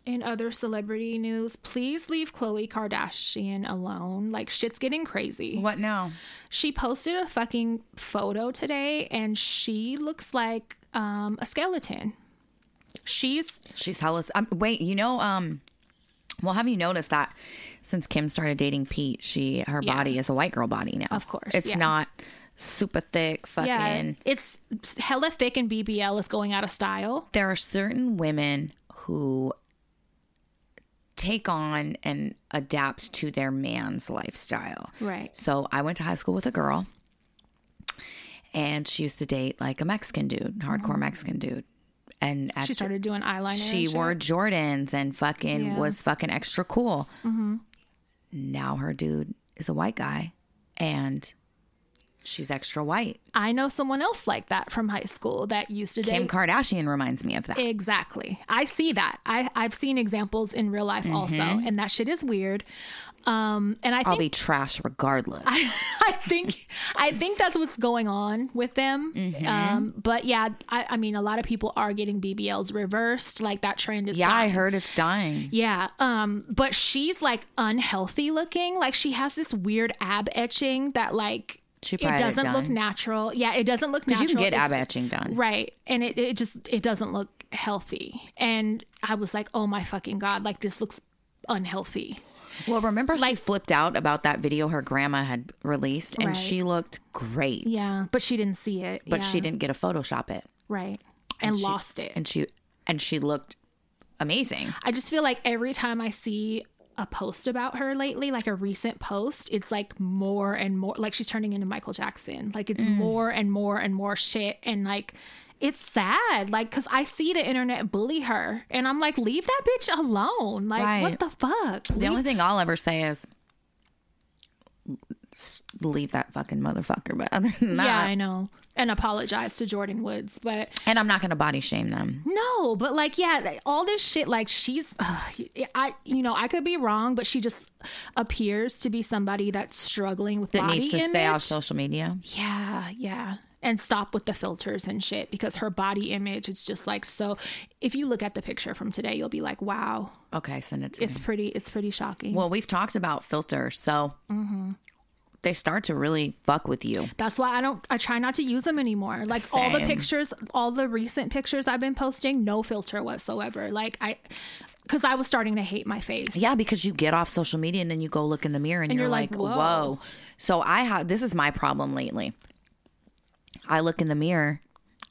in other celebrity news, please leave Khloe Kardashian alone. Like shit's getting crazy.
What now?
She posted a fucking photo today, and she looks like um a skeleton. She's
She's hella. Um, wait, you know, um, well, have you noticed that since Kim started dating Pete, she her body is a white girl body now.
Of course,
it's
yeah.
not super thick. Fucking,
it's hella thick, and BBL is going out of style.
there are certain women who take on and adapt to their man's lifestyle.
Right.
So I went to high school with a girl, and she used to date like a Mexican dude, hardcore Mexican dude, and at
She started doing eyeliner. Mm.
she
and shit.
wore Jordans and fucking
Yeah. Mm-hmm.
was fucking extra cool. Now her dude is a white guy, and She's extra white.
I know someone else like that from high school that used to
Kim
date.
Kardashian reminds me of that.
Exactly. I see that. I, I've seen examples in real life also,
Mm-hmm.
and that shit is weird. Um, and I
I'll
think
be trash regardless.
I think I think that's what's going on with them.
Mm-hmm.
Um, but yeah, I, I mean, a lot of people are getting BBLs reversed. Like that trend is
yeah, I
dying.
heard it's dying.
Yeah. Um, but she's like unhealthy looking. Like she has this weird ab etching that like
She
it
probably had it
doesn't look
done.
natural. Yeah, it doesn't look
You
natural.
can get
It's-
ab etching done.
Right. And it, it just it doesn't look healthy. And I was like, oh my fucking God, like this looks unhealthy.
Well, remember she flipped out about that video her grandma had released, and
Right.
she looked great.
Yeah. But she didn't see it.
but she
Yeah.
didn't get a Photoshop it,
Right. And, lost it.
and she and she looked amazing.
I just feel like every time I see a post about her lately, like a recent post, it's like more and more like she's turning into Michael Jackson. Like
Mm.
it's more and more and more shit and like it's sad. Like cuz I see the internet bully her and I'm like leave that bitch alone. Like
Right.
what the fuck?
The
Leave-
only thing I'll ever say is s- leave that fucking motherfucker. But other than that,
yeah, I know. And apologize to Jordan Woods, but
and I'm not gonna body shame them.
no, but like yeah, like, all this shit like she's I you know, I could be wrong, but she just appears to be somebody that's struggling with
That
body
needs to
image.
stay off social media.
Yeah, yeah. And stop with the filters and shit because her body image it's just like so if you look at the picture from today you'll be like wow,
Okay, send it to
it's
me.
pretty it's pretty shocking.
Well, we've talked about filters, so
Mm-hmm.
they start to really fuck with you.
That's why I don't I try not to use them anymore. Like all the
Same.
pictures, all the recent pictures I've been posting, no filter whatsoever. Like I cuz I was starting to hate my face.
Yeah, because you get off social media and then you go look in the mirror and, you're,
you're
like,
like,
whoa.
"Whoa."
So I have this is my problem lately. I look in the mirror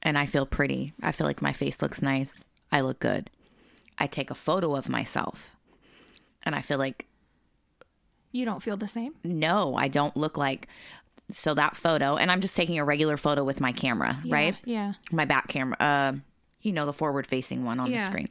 and I feel pretty. I feel like my face looks nice. I look good. I take a photo of myself and I feel like
You don't feel the same?
no, I don't look like so that photo and I'm just taking a regular photo with my camera, right?
Yeah.
my back camera, uh, you know, the forward facing one on the
Yeah.
screen.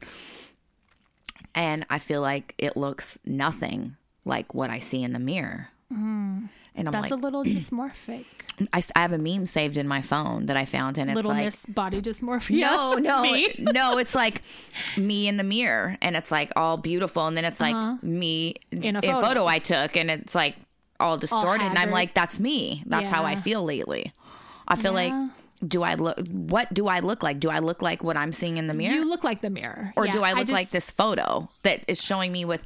And I feel like it looks nothing like what I see in the mirror. And I'm
Mm-hmm. That's
like,
a little dysmorphic.
I s- I have a meme saved in my phone that I found, and it's
little
like,
miss body dysmorphia.
no, no,
Me.
no, it's like me in the mirror, and it's like all beautiful, and then it's like me in
Uh-huh. a
in
photo.
I took, and it's like all distorted, and I'm
haggard.
like, that's me. That's how I
Yeah.
feel lately. I feel like. Do I look? What do I look like? Do I look like what I'm seeing in the mirror?
You look like the mirror.
or
Yeah,
do I look like
just-
this photo that is showing me with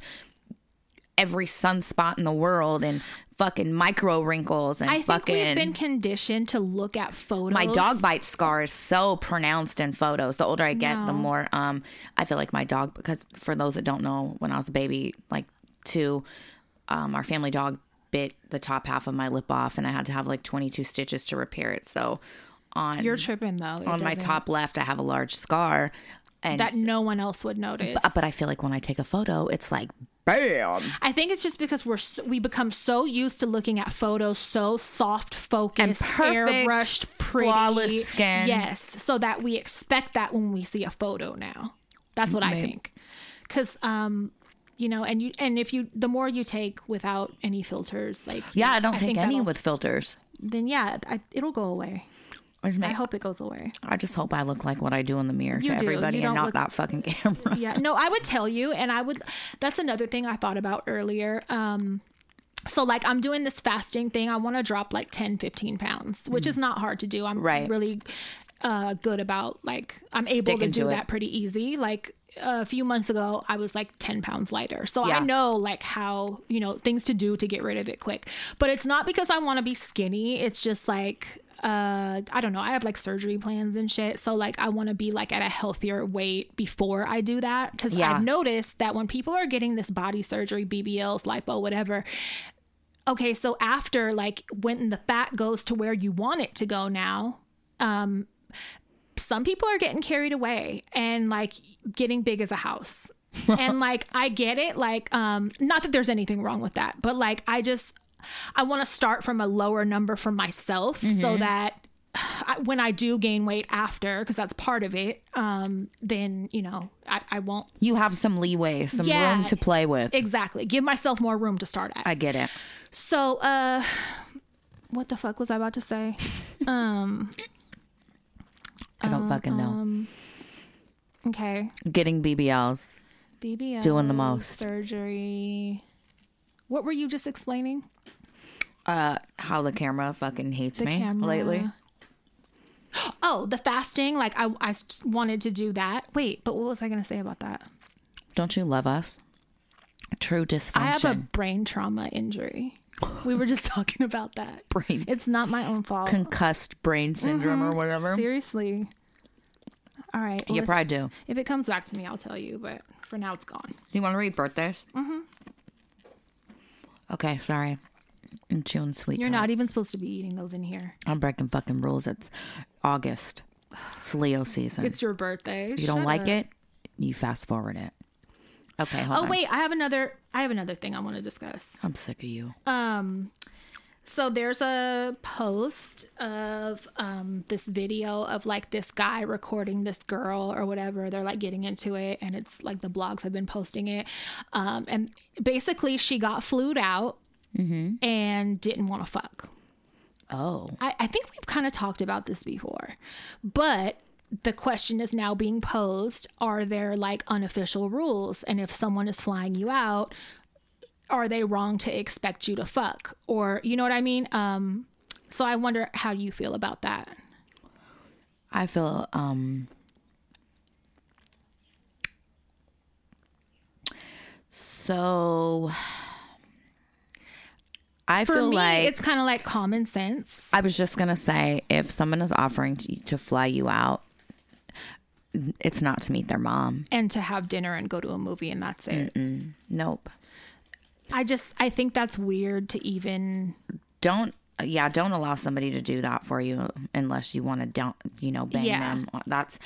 every sunspot in the world and fucking micro wrinkles and
I think
fucking
we've been conditioned to look at photos.
my dog bite scar is so pronounced in photos. The older I get, the more um I feel like my dog because for those that don't know, when I was a baby, like two, um, our family dog bit the top half of my lip off and I had to have like twenty two stitches to repair it. So on
You're tripping though. It
on my
doesn't-
top left I have a large scar and
that no one else would notice.
Uh, but I feel like when I take a photo, it's like bam.
I think it's just because we're so, we become so used to looking at photos so soft focused,
perfect,
airbrushed, pretty,
flawless skin.
Yes, so that we expect that when we see a photo now. That's what I think. Cuz um you know, and you and if you the more you take without any filters, like
Yeah, I don't
think
take any
that'll-
with filters.
then yeah, I, it'll go away.
I just,
I
make,
hope it goes away.
I just hope I look like what I do in the mirror
You
to
do.
everybody
You
and
don't
not
look-
that fucking camera.
Yeah, no, I would tell you, and I would. That's another thing I thought about earlier. Um, so like I'm doing this fasting thing. I want to drop like 10, 15 pounds, which is not hard to do. I'm
Mm. Right.
really uh, good about like I'm able
Sticking
to
to
do
it.
that pretty easy. Like a few months ago, I was like 10 pounds lighter. So
Yeah.
I know like how, you know, things to do to get rid of it quick. But it's not because I want to be skinny. It's just like, uh, I don't know. I have like surgery plans and shit. So like I want to be like at a healthier weight before I do that. Cause
Yeah.
I've noticed that when people are getting this body surgery, BBLs, lipo, whatever, okay, so after like when the fat goes to where you want it to go now, um some people are getting carried away and like getting big as a house. and like I get it like um not that there's anything wrong with that, but like I just I want to start from a lower number for myself
Mm-hmm.
so that I, when I do gain weight after, because that's part of it, um, then you know I, I won't
You have some leeway, some
Yeah.
room to play with.
exactly give myself more room to start at.
I get it.
So, uh, what the fuck was I about to say? Um,
I don't fucking know.
um, okay.
Getting BBLs.
BBL.
Doing the most.
Surgery. What were you just explaining?
Uh, how the camera fucking hates
The
me lately.
Oh, the fasting. Like, I, I s- wanted to do that. Wait, but what was I going to say about that?
Don't you love us? True dysfunction.
I have a brain trauma injury. We were just talking about that.
brain
It's not my own fault.
concussed brain syndrome or whatever.
Mm-hmm. Seriously. All right. well,
You
if-
probably do.
if it comes back to me, I'll tell you. But for now, it's gone.
You want to read birthdays? Mm-hmm. Okay, sorry. I'm chewing sweet.
You're
gum.
not e- even supposed to be eating those in here.
I'm breaking fucking rules. It's August. It's Leo season.
It's your birthday.
you don't like it, you fast forward it. Okay, hold
Oh
on.
wait, I have another. I have another thing I want to discuss.
I'm sick of you.
Um, so there's a post of um this video of like this guy recording this girl or whatever. They're like getting into it, and it's like the blogs have been posting it. Um, and basically she got flued out and didn't want to fuck.
Oh.
I, I think we've kind of talked about this before, but the question is now being posed are there like unofficial rules? And if someone is flying you out, are they wrong to expect you to fuck? Or, you know what I mean? Um, so I wonder how you feel about that.
I feel um so I
For
feel
me,
like
it's kind of like common sense.
I was just gonna say if someone is offering to, to fly you out, it's not to meet their mom.
And to have dinner and go to a movie, and that's it.
Nope.
I just, I think that's weird to even.
Don't yeah, don't allow somebody to do that for you unless you want to don't you know bang
Yeah.
them. That's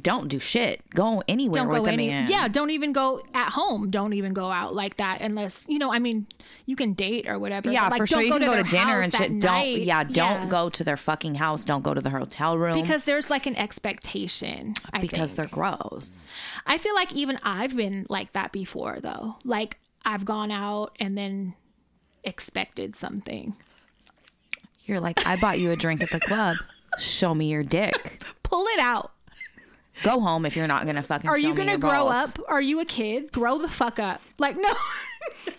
don't do shit. Go anywhere
don't
with
go
a
any
man.
yeah don't even go at home don't even go out like that unless you know i mean you can date or whatever
Yeah,
but, like,
for sure.
don't
You
go
can go to
their
dinner
house
and
that
shit.
night.
Don't, yeah, don't
Yeah.
go to their fucking house. Don't go to the hotel room
because there's like an expectation I
because
think.
they're gross.
i feel like even i've been like that before though like i've gone out and then expected something
You're like, I bought you a drink at the club. Show me your dick.
pull it out
Go home if you're not gonna fucking.
are
show
you
me
gonna
your
grow
balls.
up are you a kid grow the fuck up like no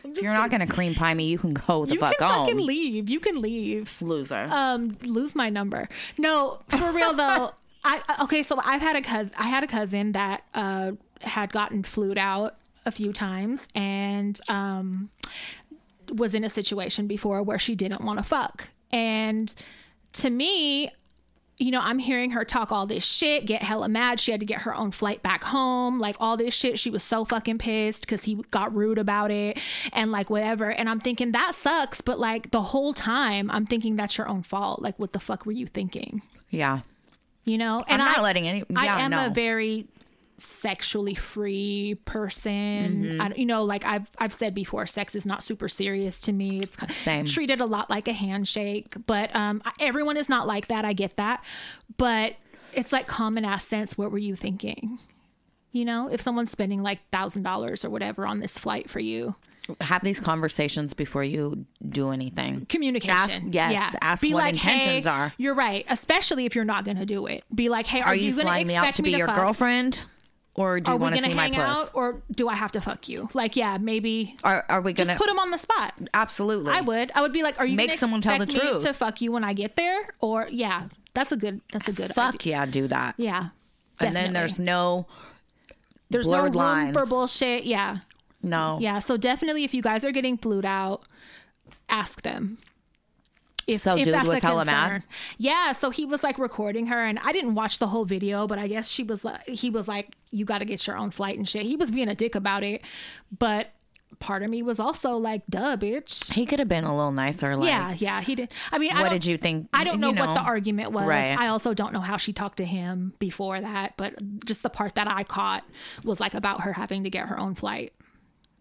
If you're not gonna cream pie me, you can go the
you
fuck
can
home, Uh,
fucking leave you can leave
loser.
um lose my number. No, for real though. I I- okay, so I've had a cousin I had a cousin that uh had gotten flued out a few times and um was in a situation before where she didn't want to fuck. And to me, you know, I'm hearing her talk all this shit, get hella mad. She had to get her own flight back home, like all this shit. She was so fucking pissed because he got rude about it and like whatever. And I'm thinking that sucks, but like the whole time I'm thinking that's your own fault. Like, what the fuck were you thinking?
yeah,
You know?
I'm
And
not
I-
letting any. Yeah,
I am
no.
a very sexually free person.
Mm-hmm.
I, you know, like I've I've said before, sex is not super serious to me. It's kind
Same.
treated a lot like a handshake, but um, I- everyone is not like that. I get that, but it's like common ass sense. What were you thinking? You know, if someone's spending like thousand dollars or whatever on this flight for you,
Have these conversations before you do anything.
communication.
Ask- yes, ask what intentions
hey,
are.
You're right, especially if you're not going to do it. Be like, hey, are,
Are you,
going
flying me
expect
out to be your
fuck?
girlfriend, or do
are
you
we
want to
gonna
see my
hang out
puss?
or do I have to fuck you? Like, yeah, maybe
Are Are we
just
gonna?
put him on the spot.
absolutely.
I would. I would be like, are you
Make
gonna
someone tell the
expect me
truth.
to fuck you when I get there? Or yeah, that's a good. That's a good. idea.
Fuck yeah, do that.
Yeah.
and then there's
definitely.
no
there's
blurred
no room for
lines.
bullshit. Yeah,
no
yeah. So definitely, if you guys are getting flued out, ask them. If,
So dude was
a
hella mad?
concern. Yeah, so he was like recording her, and I didn't watch the whole video, but I guess she was like, he was like, you got to get your own flight and shit. He was being a dick about it, but part of me was also like, duh, bitch.
He could have been a little nicer. Like,
yeah, yeah, he did. I mean, I
What
don't-
did you think?
I don't know,
you
what the argument was.
Right.
I also don't know how she talked to him before that, but just the part that I caught was like about her having to get her own flight.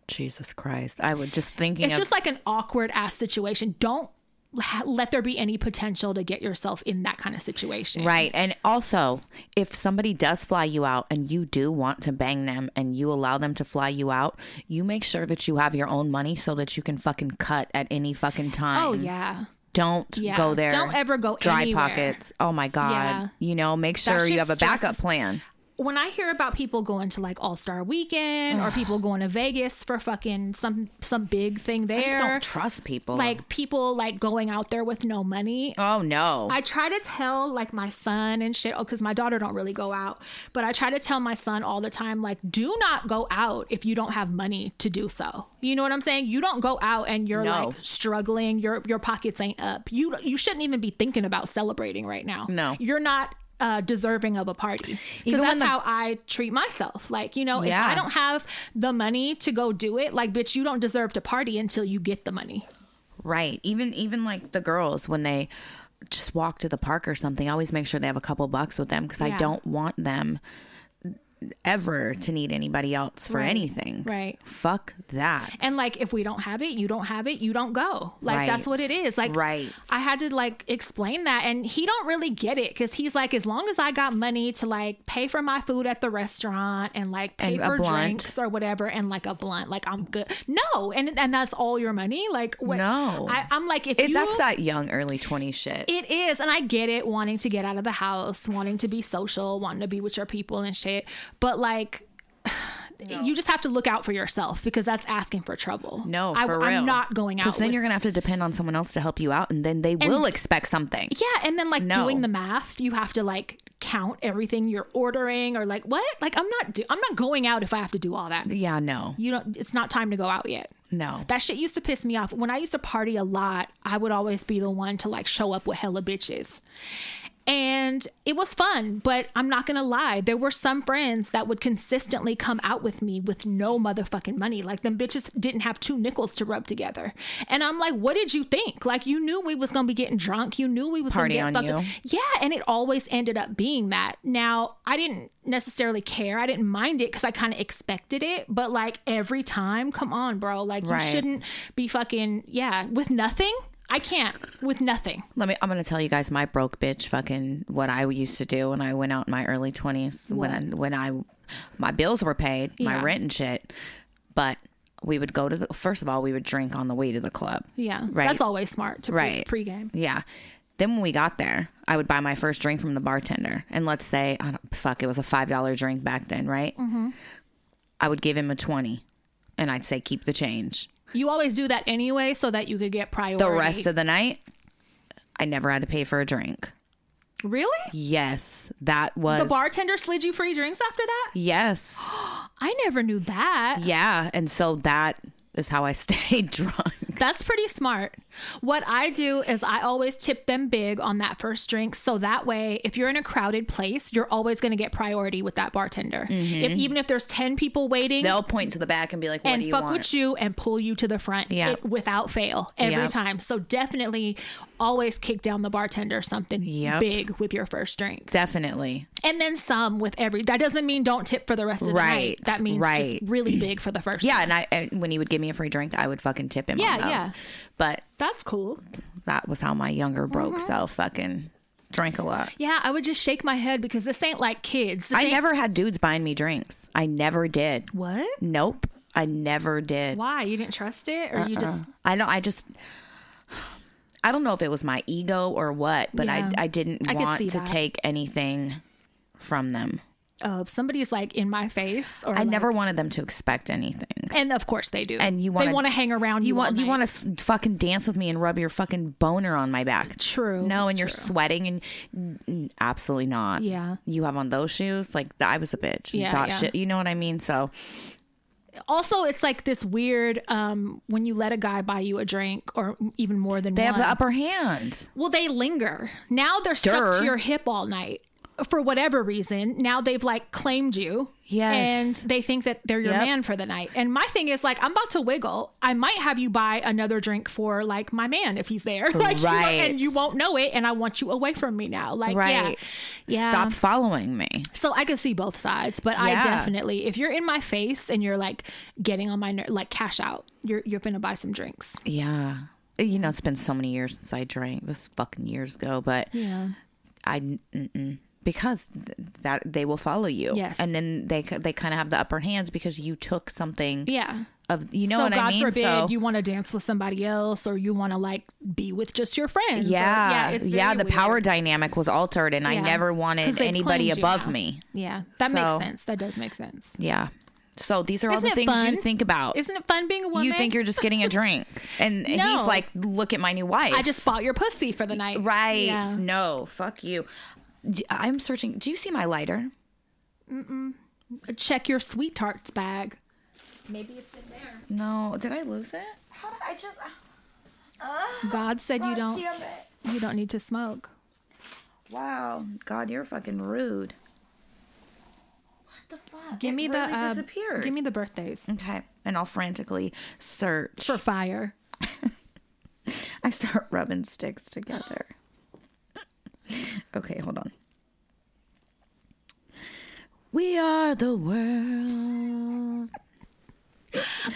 Jesus Christ! I would just thinking.
It's
of,
just like an awkward ass situation. Don't ha- let there be any potential to get yourself in that kind of situation.
right, and also if somebody does fly you out and you do want to bang them and you allow them to fly you out, you make sure that you have your own money so that you can fucking cut at any fucking time.
Oh yeah.
Don't
Yeah.
go there.
Don't ever go
Dry
anywhere.
pockets. Oh my god.
Yeah.
You know, make sure
shit
you have a backup
stresses-
plan.
when I hear about people going to like All Star Weekend or people going to Vegas for fucking some some big thing there,
I just don't trust people.
like people like going out there with no money.
oh no.
I try to tell like my son and shit, because my daughter don't really go out, but I try to tell my son all the time, like, do not go out if you don't have money to do so. You know what I'm saying? You don't go out and you're
No.
like struggling. Your your pockets ain't up. You you shouldn't even be thinking about celebrating right now.
No.
you're not. Uh, deserving of a party because
Even when
that's
the-
how I treat myself. Like you know,
Yeah.
if I don't have the money to go do it, like bitch, you don't deserve to party until you get the money.
Right. Even even like the girls when they just walk to the park or something, I always make sure they have a couple bucks with them because I
Yeah.
don't want them ever to need anybody else for
Right.
anything.
Right.
Fuck that.
And like, if we don't have it, you don't have it, you don't go. Like,
Right.
that's what it is. Like,
Right.
I had to like explain that, and he don't really get it because he's like, as long as I got money to like pay for my food at the restaurant and like pay
And a
for
blunt.
drinks or whatever, and like a blunt, like I'm good. No, and and that's all your money. Like, what?
No.
I, I'm like, if
It-
you,
that's that young early 20 shit.
it is, and I get it, wanting to get out of the house, wanting to be social, wanting to be with your people and shit. But like, you just have to look out for yourself because that's asking for trouble.
no,
I,
for real.
I'm not going out.
Because then
with-
you're gonna have to depend on someone else to help you out, and then they will expect something.
yeah, and then like
No.
doing the math, you have to like count everything you're ordering or like what? Like I'm not do- I'm not going out if I have to do all that.
Yeah. No.
You don't. It's not time to go out yet.
No.
That shit used to piss me off. When I used to party a lot, I would always be the one to like show up with hella bitches. And it was fun, but I'm not gonna lie. There were some friends that would consistently come out with me with no motherfucking money. Like them bitches didn't have two nickels to rub together. And I'm like, what did you think? Like you knew we was gonna be getting drunk. You knew we was
Party
gonna
on
get fucked up.
you.
Yeah, and it always ended up being that. Now, I didn't necessarily care. I didn't mind it because I kind of expected it. But like every time, come on, bro. Like
Right.
you shouldn't be fucking, yeah, with nothing. I can't with nothing.
Let me. I'm gonna tell you guys my broke bitch fucking what I used to do when I went out in my early 20s when I, when I my bills were paid, my
Yeah.
rent and shit. But we would go to the first of all we would drink on the way to the club.
Yeah.
Right.
That's always smart to pre-
Right.
pregame.
Yeah. Then when we got there, I would buy my first drink from the bartender, and let's say, I don't, fuck, it was a five dollar drink back then, right? Mm-hmm. I would give him a twenty, and I'd say keep the change.
You always do that anyway so that you could get priority.
The rest of the night, I never had to pay for a drink.
Really?
Yes, that was
The bartender slid you free drinks after that?
Yes.
I never knew that.
Yeah. And so that is how I stayed drunk.
That's pretty smart. What I do is I always tip them big on that first drink. So that way, if you're in a crowded place, you're always going to get priority with that bartender. If, even if there's 10 people waiting,
They'll point to the back and be like, what
and
do you
fuck
want?
with you and pull you to the front
Yeah.
it- without fail every
Yep.
time. So definitely always kick down the bartender something
Yep.
big with your first drink.
Definitely.
And then some with every. That doesn't mean don't tip for the rest of the
Right,
night. That means
right.
just really big for the first.
Yeah. And I, and when he would give me a free drink, I would fucking tip him
Yeah,
on those.
yeah.
But
That's cool.
that was how my younger broke
Mm-hmm.
self fucking drank a lot.
Yeah, I would just shake my head because this ain't like kids. This
I
ain't-
never had dudes buying me drinks. I never did.
What?
Nope. I never did.
Why? You didn't trust it? Or you just.
I don't, I just, I don't know if it was my ego or what, but
Yeah.
I, I didn't
I could
want
see
to
that.
take anything from them.
Oh, if somebody's like in my face or.
Uh-uh. I never wanted them to expect anything.
And of course they do.
And you want
They want to hang around you.
You want
all
you
night.
want to s- fucking dance with me and rub your fucking boner on my back.
True,
No, and you're sweating and mm, absolutely not.
Yeah.
You have on those shoes like I was a bitch. and
Yeah,
thought
yeah.
shit. You know what I mean? So
Also, it's like this weird um, when you let a guy buy you a drink or even more than
they
one.
have the upper hand.
well, they linger. Now they're
Durr.
stuck to your hip all night. For whatever reason, now they've like claimed you.
Yes.
And they think that they're your
Yep.
man for the night. And my thing is like, I'm about to wiggle. I might have you buy another drink for like my man if he's there. like, you
Right.
and you won't know it. And I want you away from me now. Like, yeah.
Right.
Yeah.
Stop following me.
So I could see both sides, but
Yeah.
I definitely, if you're in my face and you're like getting on my ner- like cash out, you're you're gonna buy some drinks.
Yeah. You know, it's been so many years since I drank. This fucking years ago, but
Yeah.
I mm-mm. because th- that they will follow you.
Yes.
and then they ki- they kind of have the upper hands because you took something
Yeah.
of you know
so
what
God
I mean.
forbid
so
you want to dance with somebody else, or you want to like be with just your friends. or-
yeah, yeah,
it's very
the power
weird.
dynamic was altered, and I
Yeah.
never
'Cause
wanted
they
anybody
claimed you
above
now.
me.
Yeah, that
So-
makes sense. That does make sense.
Yeah. So these are all
Isn't
the
it
things
fun?
you think about.
Isn't it fun being a woman?
you think you're just getting a drink, and, and
No.
he's like, "Look at my new wife."
I just bought your pussy for the night.
right.
Yeah.
No, fuck you. D- I'm searching. Do you see my lighter?
Check your sweet tarts bag. Maybe it's in there.
No. Did I lose it?
How did I just?
God said you don't.
Damn it.
You don't need to smoke.
Wow. God, you're fucking rude. What the fuck?
Give
It
me
really
the uh,
disappeared.
Give me the birthdays
Okay. And I'll frantically search.
for fire.
I start rubbing sticks together. okay, hold on.
We are the world.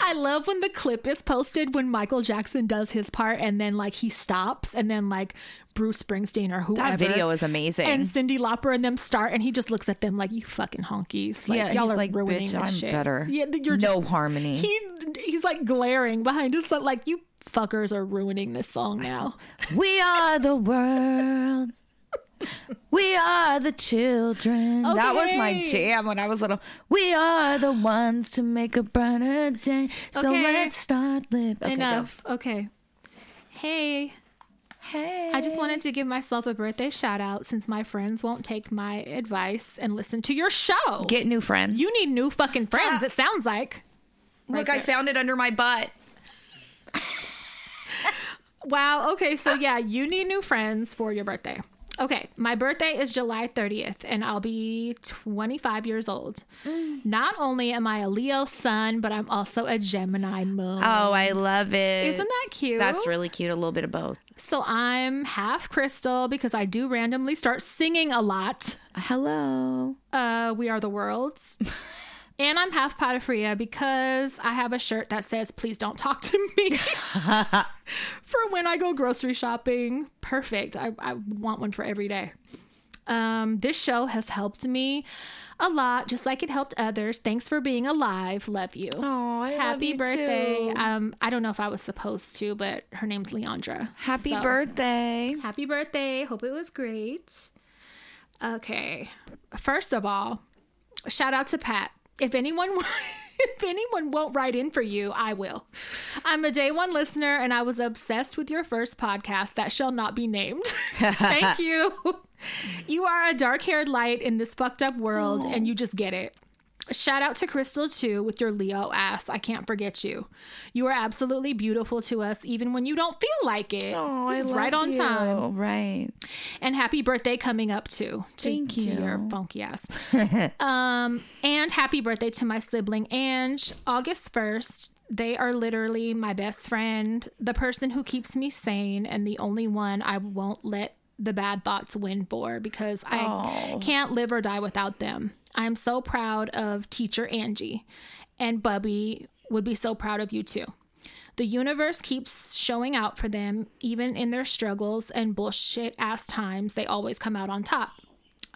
I love when the clip is posted when Michael Jackson does his part and then like he stops and then like Bruce Springsteen or whoever.
That video is amazing.
and Cindy Lauper and them start, and he just looks at them like you fucking honkies. Like
Yeah,
y'all
he's
are
like,
ruining
"Bitch,
this
I'm
shit."
better.
Yeah, th- you're
No
just,
harmony.
He he's like glaring behind us, like, like you fuckers are ruining this song now.
we are the world. We are the children. That was my
Okay.
jam when I was little. We are the ones to make a brighter day. So
Okay.
let's start live. Okay, go.
Enough. Okay. Hey.
Hey.
I just wanted to give myself a birthday shout out since my friends won't take my advice and listen to your show.
get new friends.
you need new fucking friends, it sounds like.
Look, I found it under my butt.
Wow. Okay. So, yeah, you need new friends for your birthday. Okay. My birthday is July 30th, and I'll be 25 years old. Not only am I a Leo sun, but I'm also a Gemini moon.
Oh, I love it.
Isn't that cute?
That's really cute. A little bit of both.
So, I'm half crystal because I do randomly start singing a lot.
Hello.
uh, We Are the Worlds. and I'm half Potafria because I have a shirt that says, please don't talk to me. for when I go grocery shopping. Perfect. I, I want one for every day. Um, this show has helped me a lot, just like it helped others. Thanks for being alive. Love you.
Oh, I
Happy birthday. Um, I don't know if I was supposed to, but her name's Leandra.
Happy
So-
birthday.
Happy birthday. Hope it was great. Okay. First of all, shout out to Pat. If anyone if anyone won't write in for you, I will. I'm a day one listener and I was obsessed with your first podcast that shall not be named. Thank you. You are a dark-haired light in this fucked up world and you just get it. Shout out to Crystal too with your Leo ass. I can't forget you. You are absolutely beautiful to us even when you don't feel like it. this is right on time.
Right.
And happy birthday coming up too. To,
Thank
to your
you.
funky ass. um, and happy birthday to my sibling Ange, August 1st. They are literally my best friend, the person who keeps me sane, and the only one I won't let the bad thoughts win for because I can't live or die without them. I'm so proud of teacher Angie, and Bubby would be so proud of you too. The universe keeps showing out for them, even in their struggles and bullshit ass times, they always come out on top.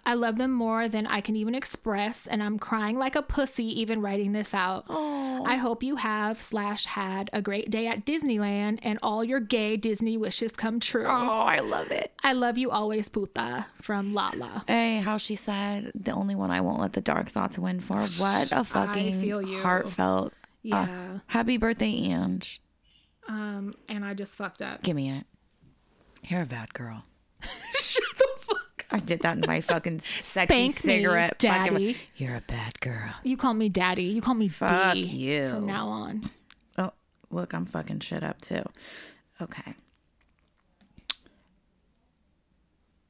I love them more than I can even express, and I'm crying like a pussy even writing this out. I hope you have slash had a great day at Disneyland and all your gay Disney wishes come true.
Oh, I love it.
I love you always, Puta from Lala.
Hey, how she said the only one I won't let the dark thoughts win for. What a fucking
feel you.
heartfelt. uh,
Yeah.
happy birthday, Ange.
Um, and I just fucked up.
Give me it. You're a bad girl. Shut the fuck. I did that in my fucking sexy
Spank me,
cigarette.
daddy.
Fucking, you're a bad girl.
You call me daddy. You call me
Fuck
D
you.
from now on.
Oh, look, I'm fucking shit up too. Okay.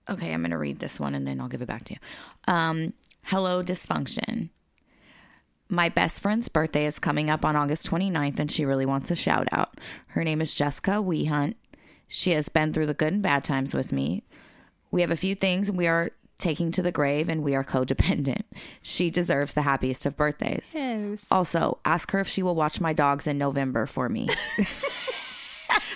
Okay, I'm going to read this one and then I'll give it back to you. Um, hello, dysfunction. My best friend's birthday is coming up on August 29th and she really wants a shout out. Her name is Jessica Weehunt. She has been through the good and bad times with me. We have a few things we are taking to the grave and we are codependent. She deserves the happiest of birthdays. Also, ask her if she will watch my dogs in November for me.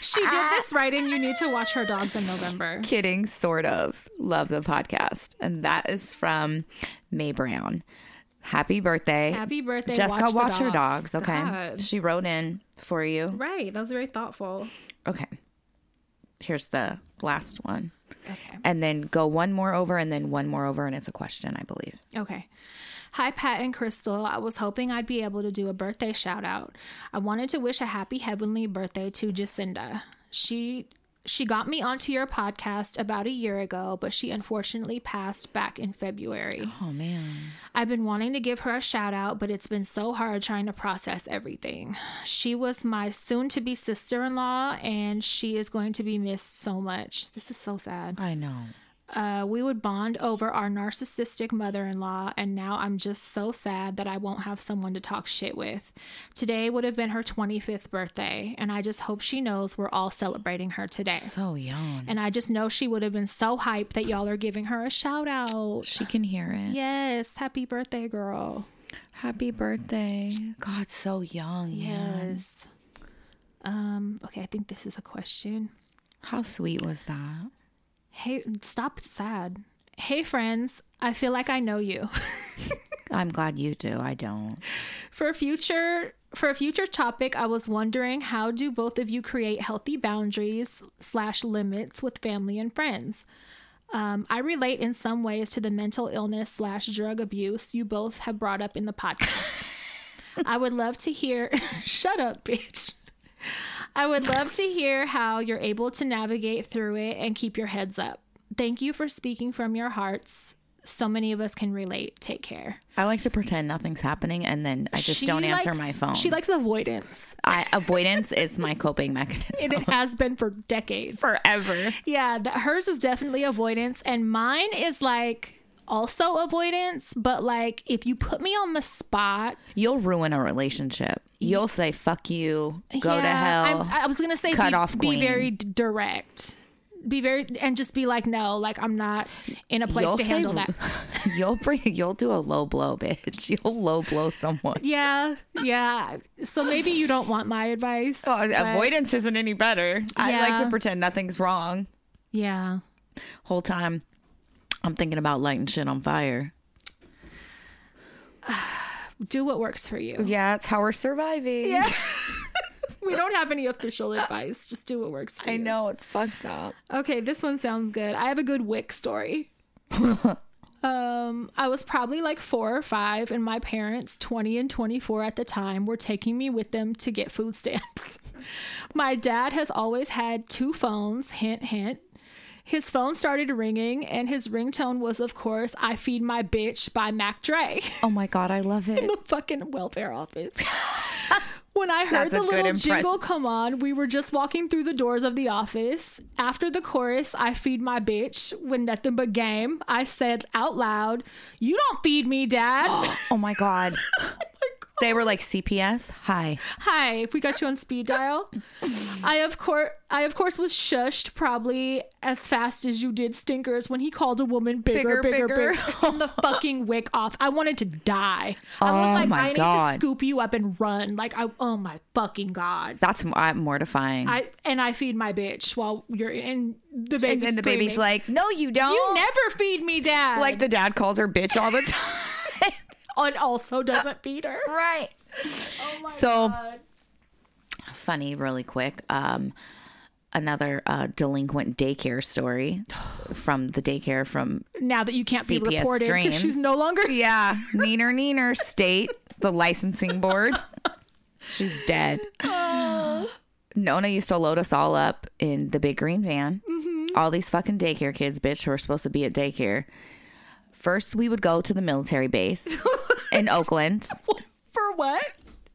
She did this right, and you need to watch her dogs in November.
Kidding, sort of. Love the podcast. And that is from May Brown. Happy birthday.
Happy birthday.
Jessica,
Watch
watch,
the
her
dogs.
dogs. Okay.
God.
She wrote in for you.
Right. That was very thoughtful.
Okay. Here's the last one.
Okay.
And then go one more over and then one more over. And it's a question, I believe.
Okay. Hi, Pat and Crystal. I was hoping I'd be able to do a birthday shout out. I wanted to wish a happy heavenly birthday to Jacinda. She she got me onto your podcast about a year ago, but she unfortunately passed back in February.
Oh, man.
I've been wanting to give her a shout out, but it's been so hard trying to process everything. She was my soon to be sister in law, and she is going to be missed so much. This is so sad
I know.
uh, we would bond over our narcissistic mother in law, and now I'm just so sad that I won't have someone to talk shit with. Today would have been her 25th birthday, and I just hope she knows we're all celebrating her today.
So young.
And I just know she would have been so hyped that y'all are giving her a shout out.
She can hear it.
Yes, happy birthday, girl.
Happy birthday. God, so young. man.
Yes. Um, okay, I think this is a question.
How sweet was that?
Hey, stop sad. Hey, friends, I feel like I know you.
I'm glad you do. I don't.
For future for a future topic, I was wondering how do both of you create healthy boundaries slash limits with family and friends? Um, I relate in some ways to the mental illness slash drug abuse you both have brought up in the podcast. I would love to hear. shut up, bitch. I would love to hear how you're able to navigate through it and keep your heads up. Thank you for speaking from your hearts. So many of us can relate. Take care.
I like to pretend nothing's happening and then I just
She
don't answer
likes-
my phone.
She likes avoidance,
I, avoidance is my coping mechanism
and it has been for decades.
forever.
yeah, that hers is definitely avoidance, and mine is like also avoidance. But like, if you put me on the spot,
You'll ruin a relationship. You'll say fuck you, go to
yeah,
hell.
I'm- I, was gonna say,
Cut
be,
off
be
queen.
very d- direct. Be very and just be like, no, like I'm not in a place
you'll
to
say
handle that.
you'll bring you'll do a low blow, bitch. You'll low blow someone.
Yeah, yeah. So maybe you don't want my advice.
Oh,
but-
avoidance isn't any better. I like
Yeah.
to pretend nothing's wrong
Yeah.
whole time. I'm thinking about lighting shit on fire.
Do what works for you.
Yeah, it's how we're surviving. Yeah,
We don't have any official advice. Just do what works for you.
it's fucked up.
Okay, this one sounds good. I have a good Wick story. um, I was probably like four or five, and my parents, 20 and 24 at the time, were taking me with them to get food stamps. my dad has always had two phones, hint, hint. His phone started ringing, and his ringtone was, of course, I Feed My Bitch by Mac Dre
Oh my god, I love it.
the fucking welfare office. When I heard
That's
the
a good
little
impression.
jingle come on, we were just walking through the doors of the office. After the chorus, I feed my bitch when nothing but game, I said out loud, You don't feed me, dad.
Oh my god. They were like CPS. Hi.
Hi, we got you on speed dial. I of course I of course was shushed probably as fast as you did stinkers when he called a woman bigger,
Bigger,
bigger, bigger,
bigger.
in the fucking wick off. I wanted to die. I
Oh
was like,
my
I
God.
need to scoop you up and run. Like I oh my fucking God.
That's m- I'm mortifying.
I and I feed my bitch while you're in the baby.
and then the baby's
screaming,
like, "No, you don't."
"You never feed me, dad."
like the dad calls her bitch all the time.
and also doesn't feed her.
right. so funny, really quick. Um, another uh, delinquent daycare story from the daycare from
Now that you can't be
CPS
reported because she's
dreams.
no longer.
yeah Neener Neener State, the licensing board. She's dead. Nona used to load us all up in the big green van.
Mm-hmm.
All these fucking daycare kids, bitch, who are supposed to be at daycare. First, we would go to the military base in Oakland.
For what?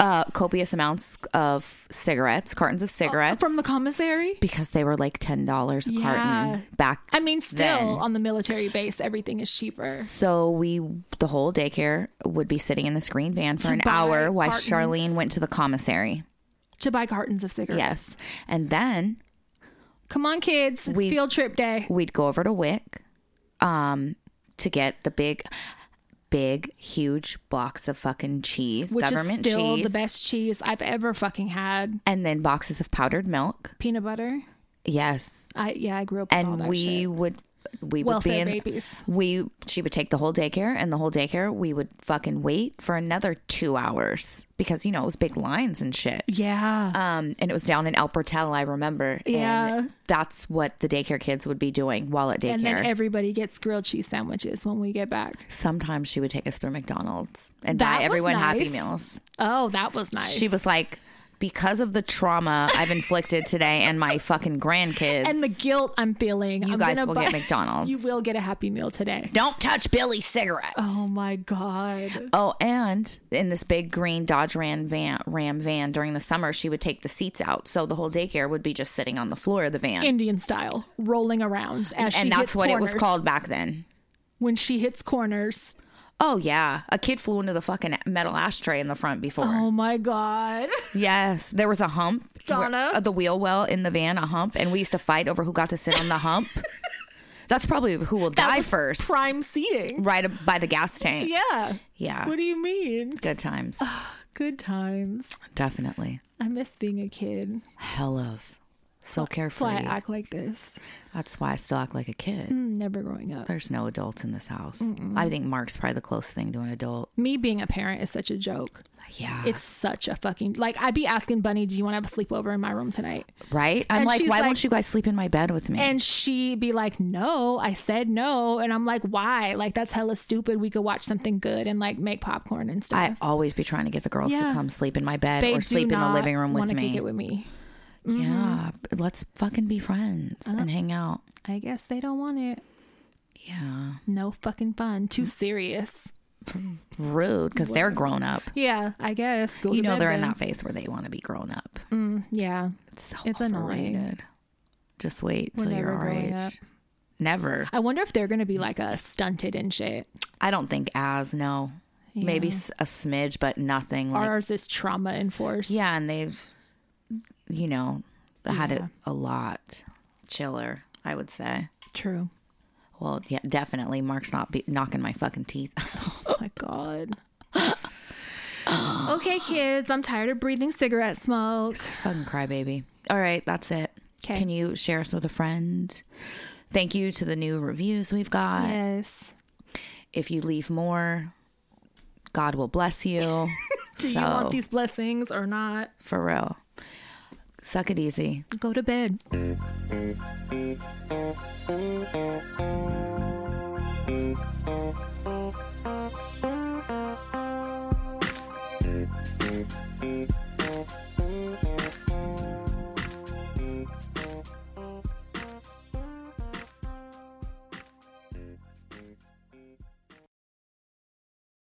Uh, copious amounts of cigarettes, cartons of cigarettes,
Oh, From the commissary?
because they were like ten dollars a
Yeah.
carton back.
I mean, still
then.
on the military base, everything is cheaper.
So we, the whole daycare would be sitting in this green van for an
buy
hour while
cartons.
Charlene went to the commissary.
To buy cartons of cigarettes.
Yes, and then
Come on, kids. It's
We-
field trip day.
we'd go over to Wick, um, to get the big, big, huge blocks of fucking cheese,
Which
government
is still
cheese,
the best cheese I've ever fucking had.
and then boxes of powdered milk.
Peanut butter.
Yes,
I yeah, I grew up with all
and
that
we
shit.
would we would be
Welfare
in
babies.
we she would take the whole daycare and the whole daycare we would fucking wait for another 2 hours because you know it was big lines and shit.
Yeah.
Um, and it was down in El Portel, I remember.
Yeah.
And that's what the daycare kids would be doing while at daycare.
and then everybody gets grilled cheese sandwiches when we get back.
Sometimes she would take us through McDonald's and
That
buy
was
everyone happy
nice.
meals.
Oh, that was nice.
She was like, because of the trauma I've inflicted today and my fucking grandkids,
and the guilt I'm feeling.
you
I'm
guys
gonna
will
buy-
get McDonald's.
You will get a happy meal today.
Don't touch Billy's cigarettes.
Oh my god.
Oh, and in this big green Dodge Ram van, Ram van during the summer, she would take the seats out, so the whole daycare would be just sitting on the floor of the van,
Indian style, rolling around as she
and that's
hits
what it was
corners.
called back then.
When she hits corners,
Oh yeah, a kid flew into the fucking metal ashtray in the front before.
oh my god,
Yes, there was a hump. where-
Donna?
uh, the wheel well in the van, a hump, and we used to fight over who got to sit on the hump. That's probably who will die first, Ah.
prime seating.
right ab- by the gas tank.
Yeah.
Yeah.
What do you mean?
Good times,
Good times.
definitely.
I miss being a kid.
Hell of, so
That's why I Mm.
carefree.
act like this.
That's why I still act like a kid.
I'm never growing up.
There's no adults in this house. I think Mark's probably the closest thing to an adult.
Me being a parent is such a joke.
Yeah,
It's such a fucking like. I'd be asking Bunny, "Do you want to have a sleepover in my room tonight?"
right. I'm
and
like,
she's
why
like-
won't you guys sleep in my bed with me?
And she'd be like, No, I said no. And I'm like, Why? Like, that's hella stupid. We could watch something good and like make popcorn and stuff.
I always be trying to get the girls
Yeah.
to come sleep in my bed
they
or
do
sleep in the
not
living room with
wanna kick
me.
it with Mm-hmm. me.
Yeah, but let's fucking be friends
Uh-huh.
and hang out.
I guess they don't want it.
Yeah,
No fucking fun. Too serious.
rude because they're grown up.
Yeah, I guess. Go
You
to
know
bed
they're in
then.
that phase where they want to be grown up.
Yeah.
It's so
Mm, It's
overrated.
annoying.
Just wait till
We're
you're
never
our
growing
age.
up.
Never.
I wonder if they're going to be like a stunted and shit.
I don't think as no. Maybe s- a smidge, but nothing like
Ours is trauma enforced.
Yeah, and they've, you know, had it a lot chiller, I would say.
True.
Well, yeah, definitely. Mark's not be- knocking my fucking teeth.
Oh my God. okay, kids. I'm tired of breathing cigarette smoke.
fucking crybaby. All right, that's it.
'Kay.
Can you share us with a friend? Thank you to the new reviews we've got.
Yes.
If you leave more, God will bless you.
Do you want these blessings or not?
For real. Suck it easy.
Go to bed.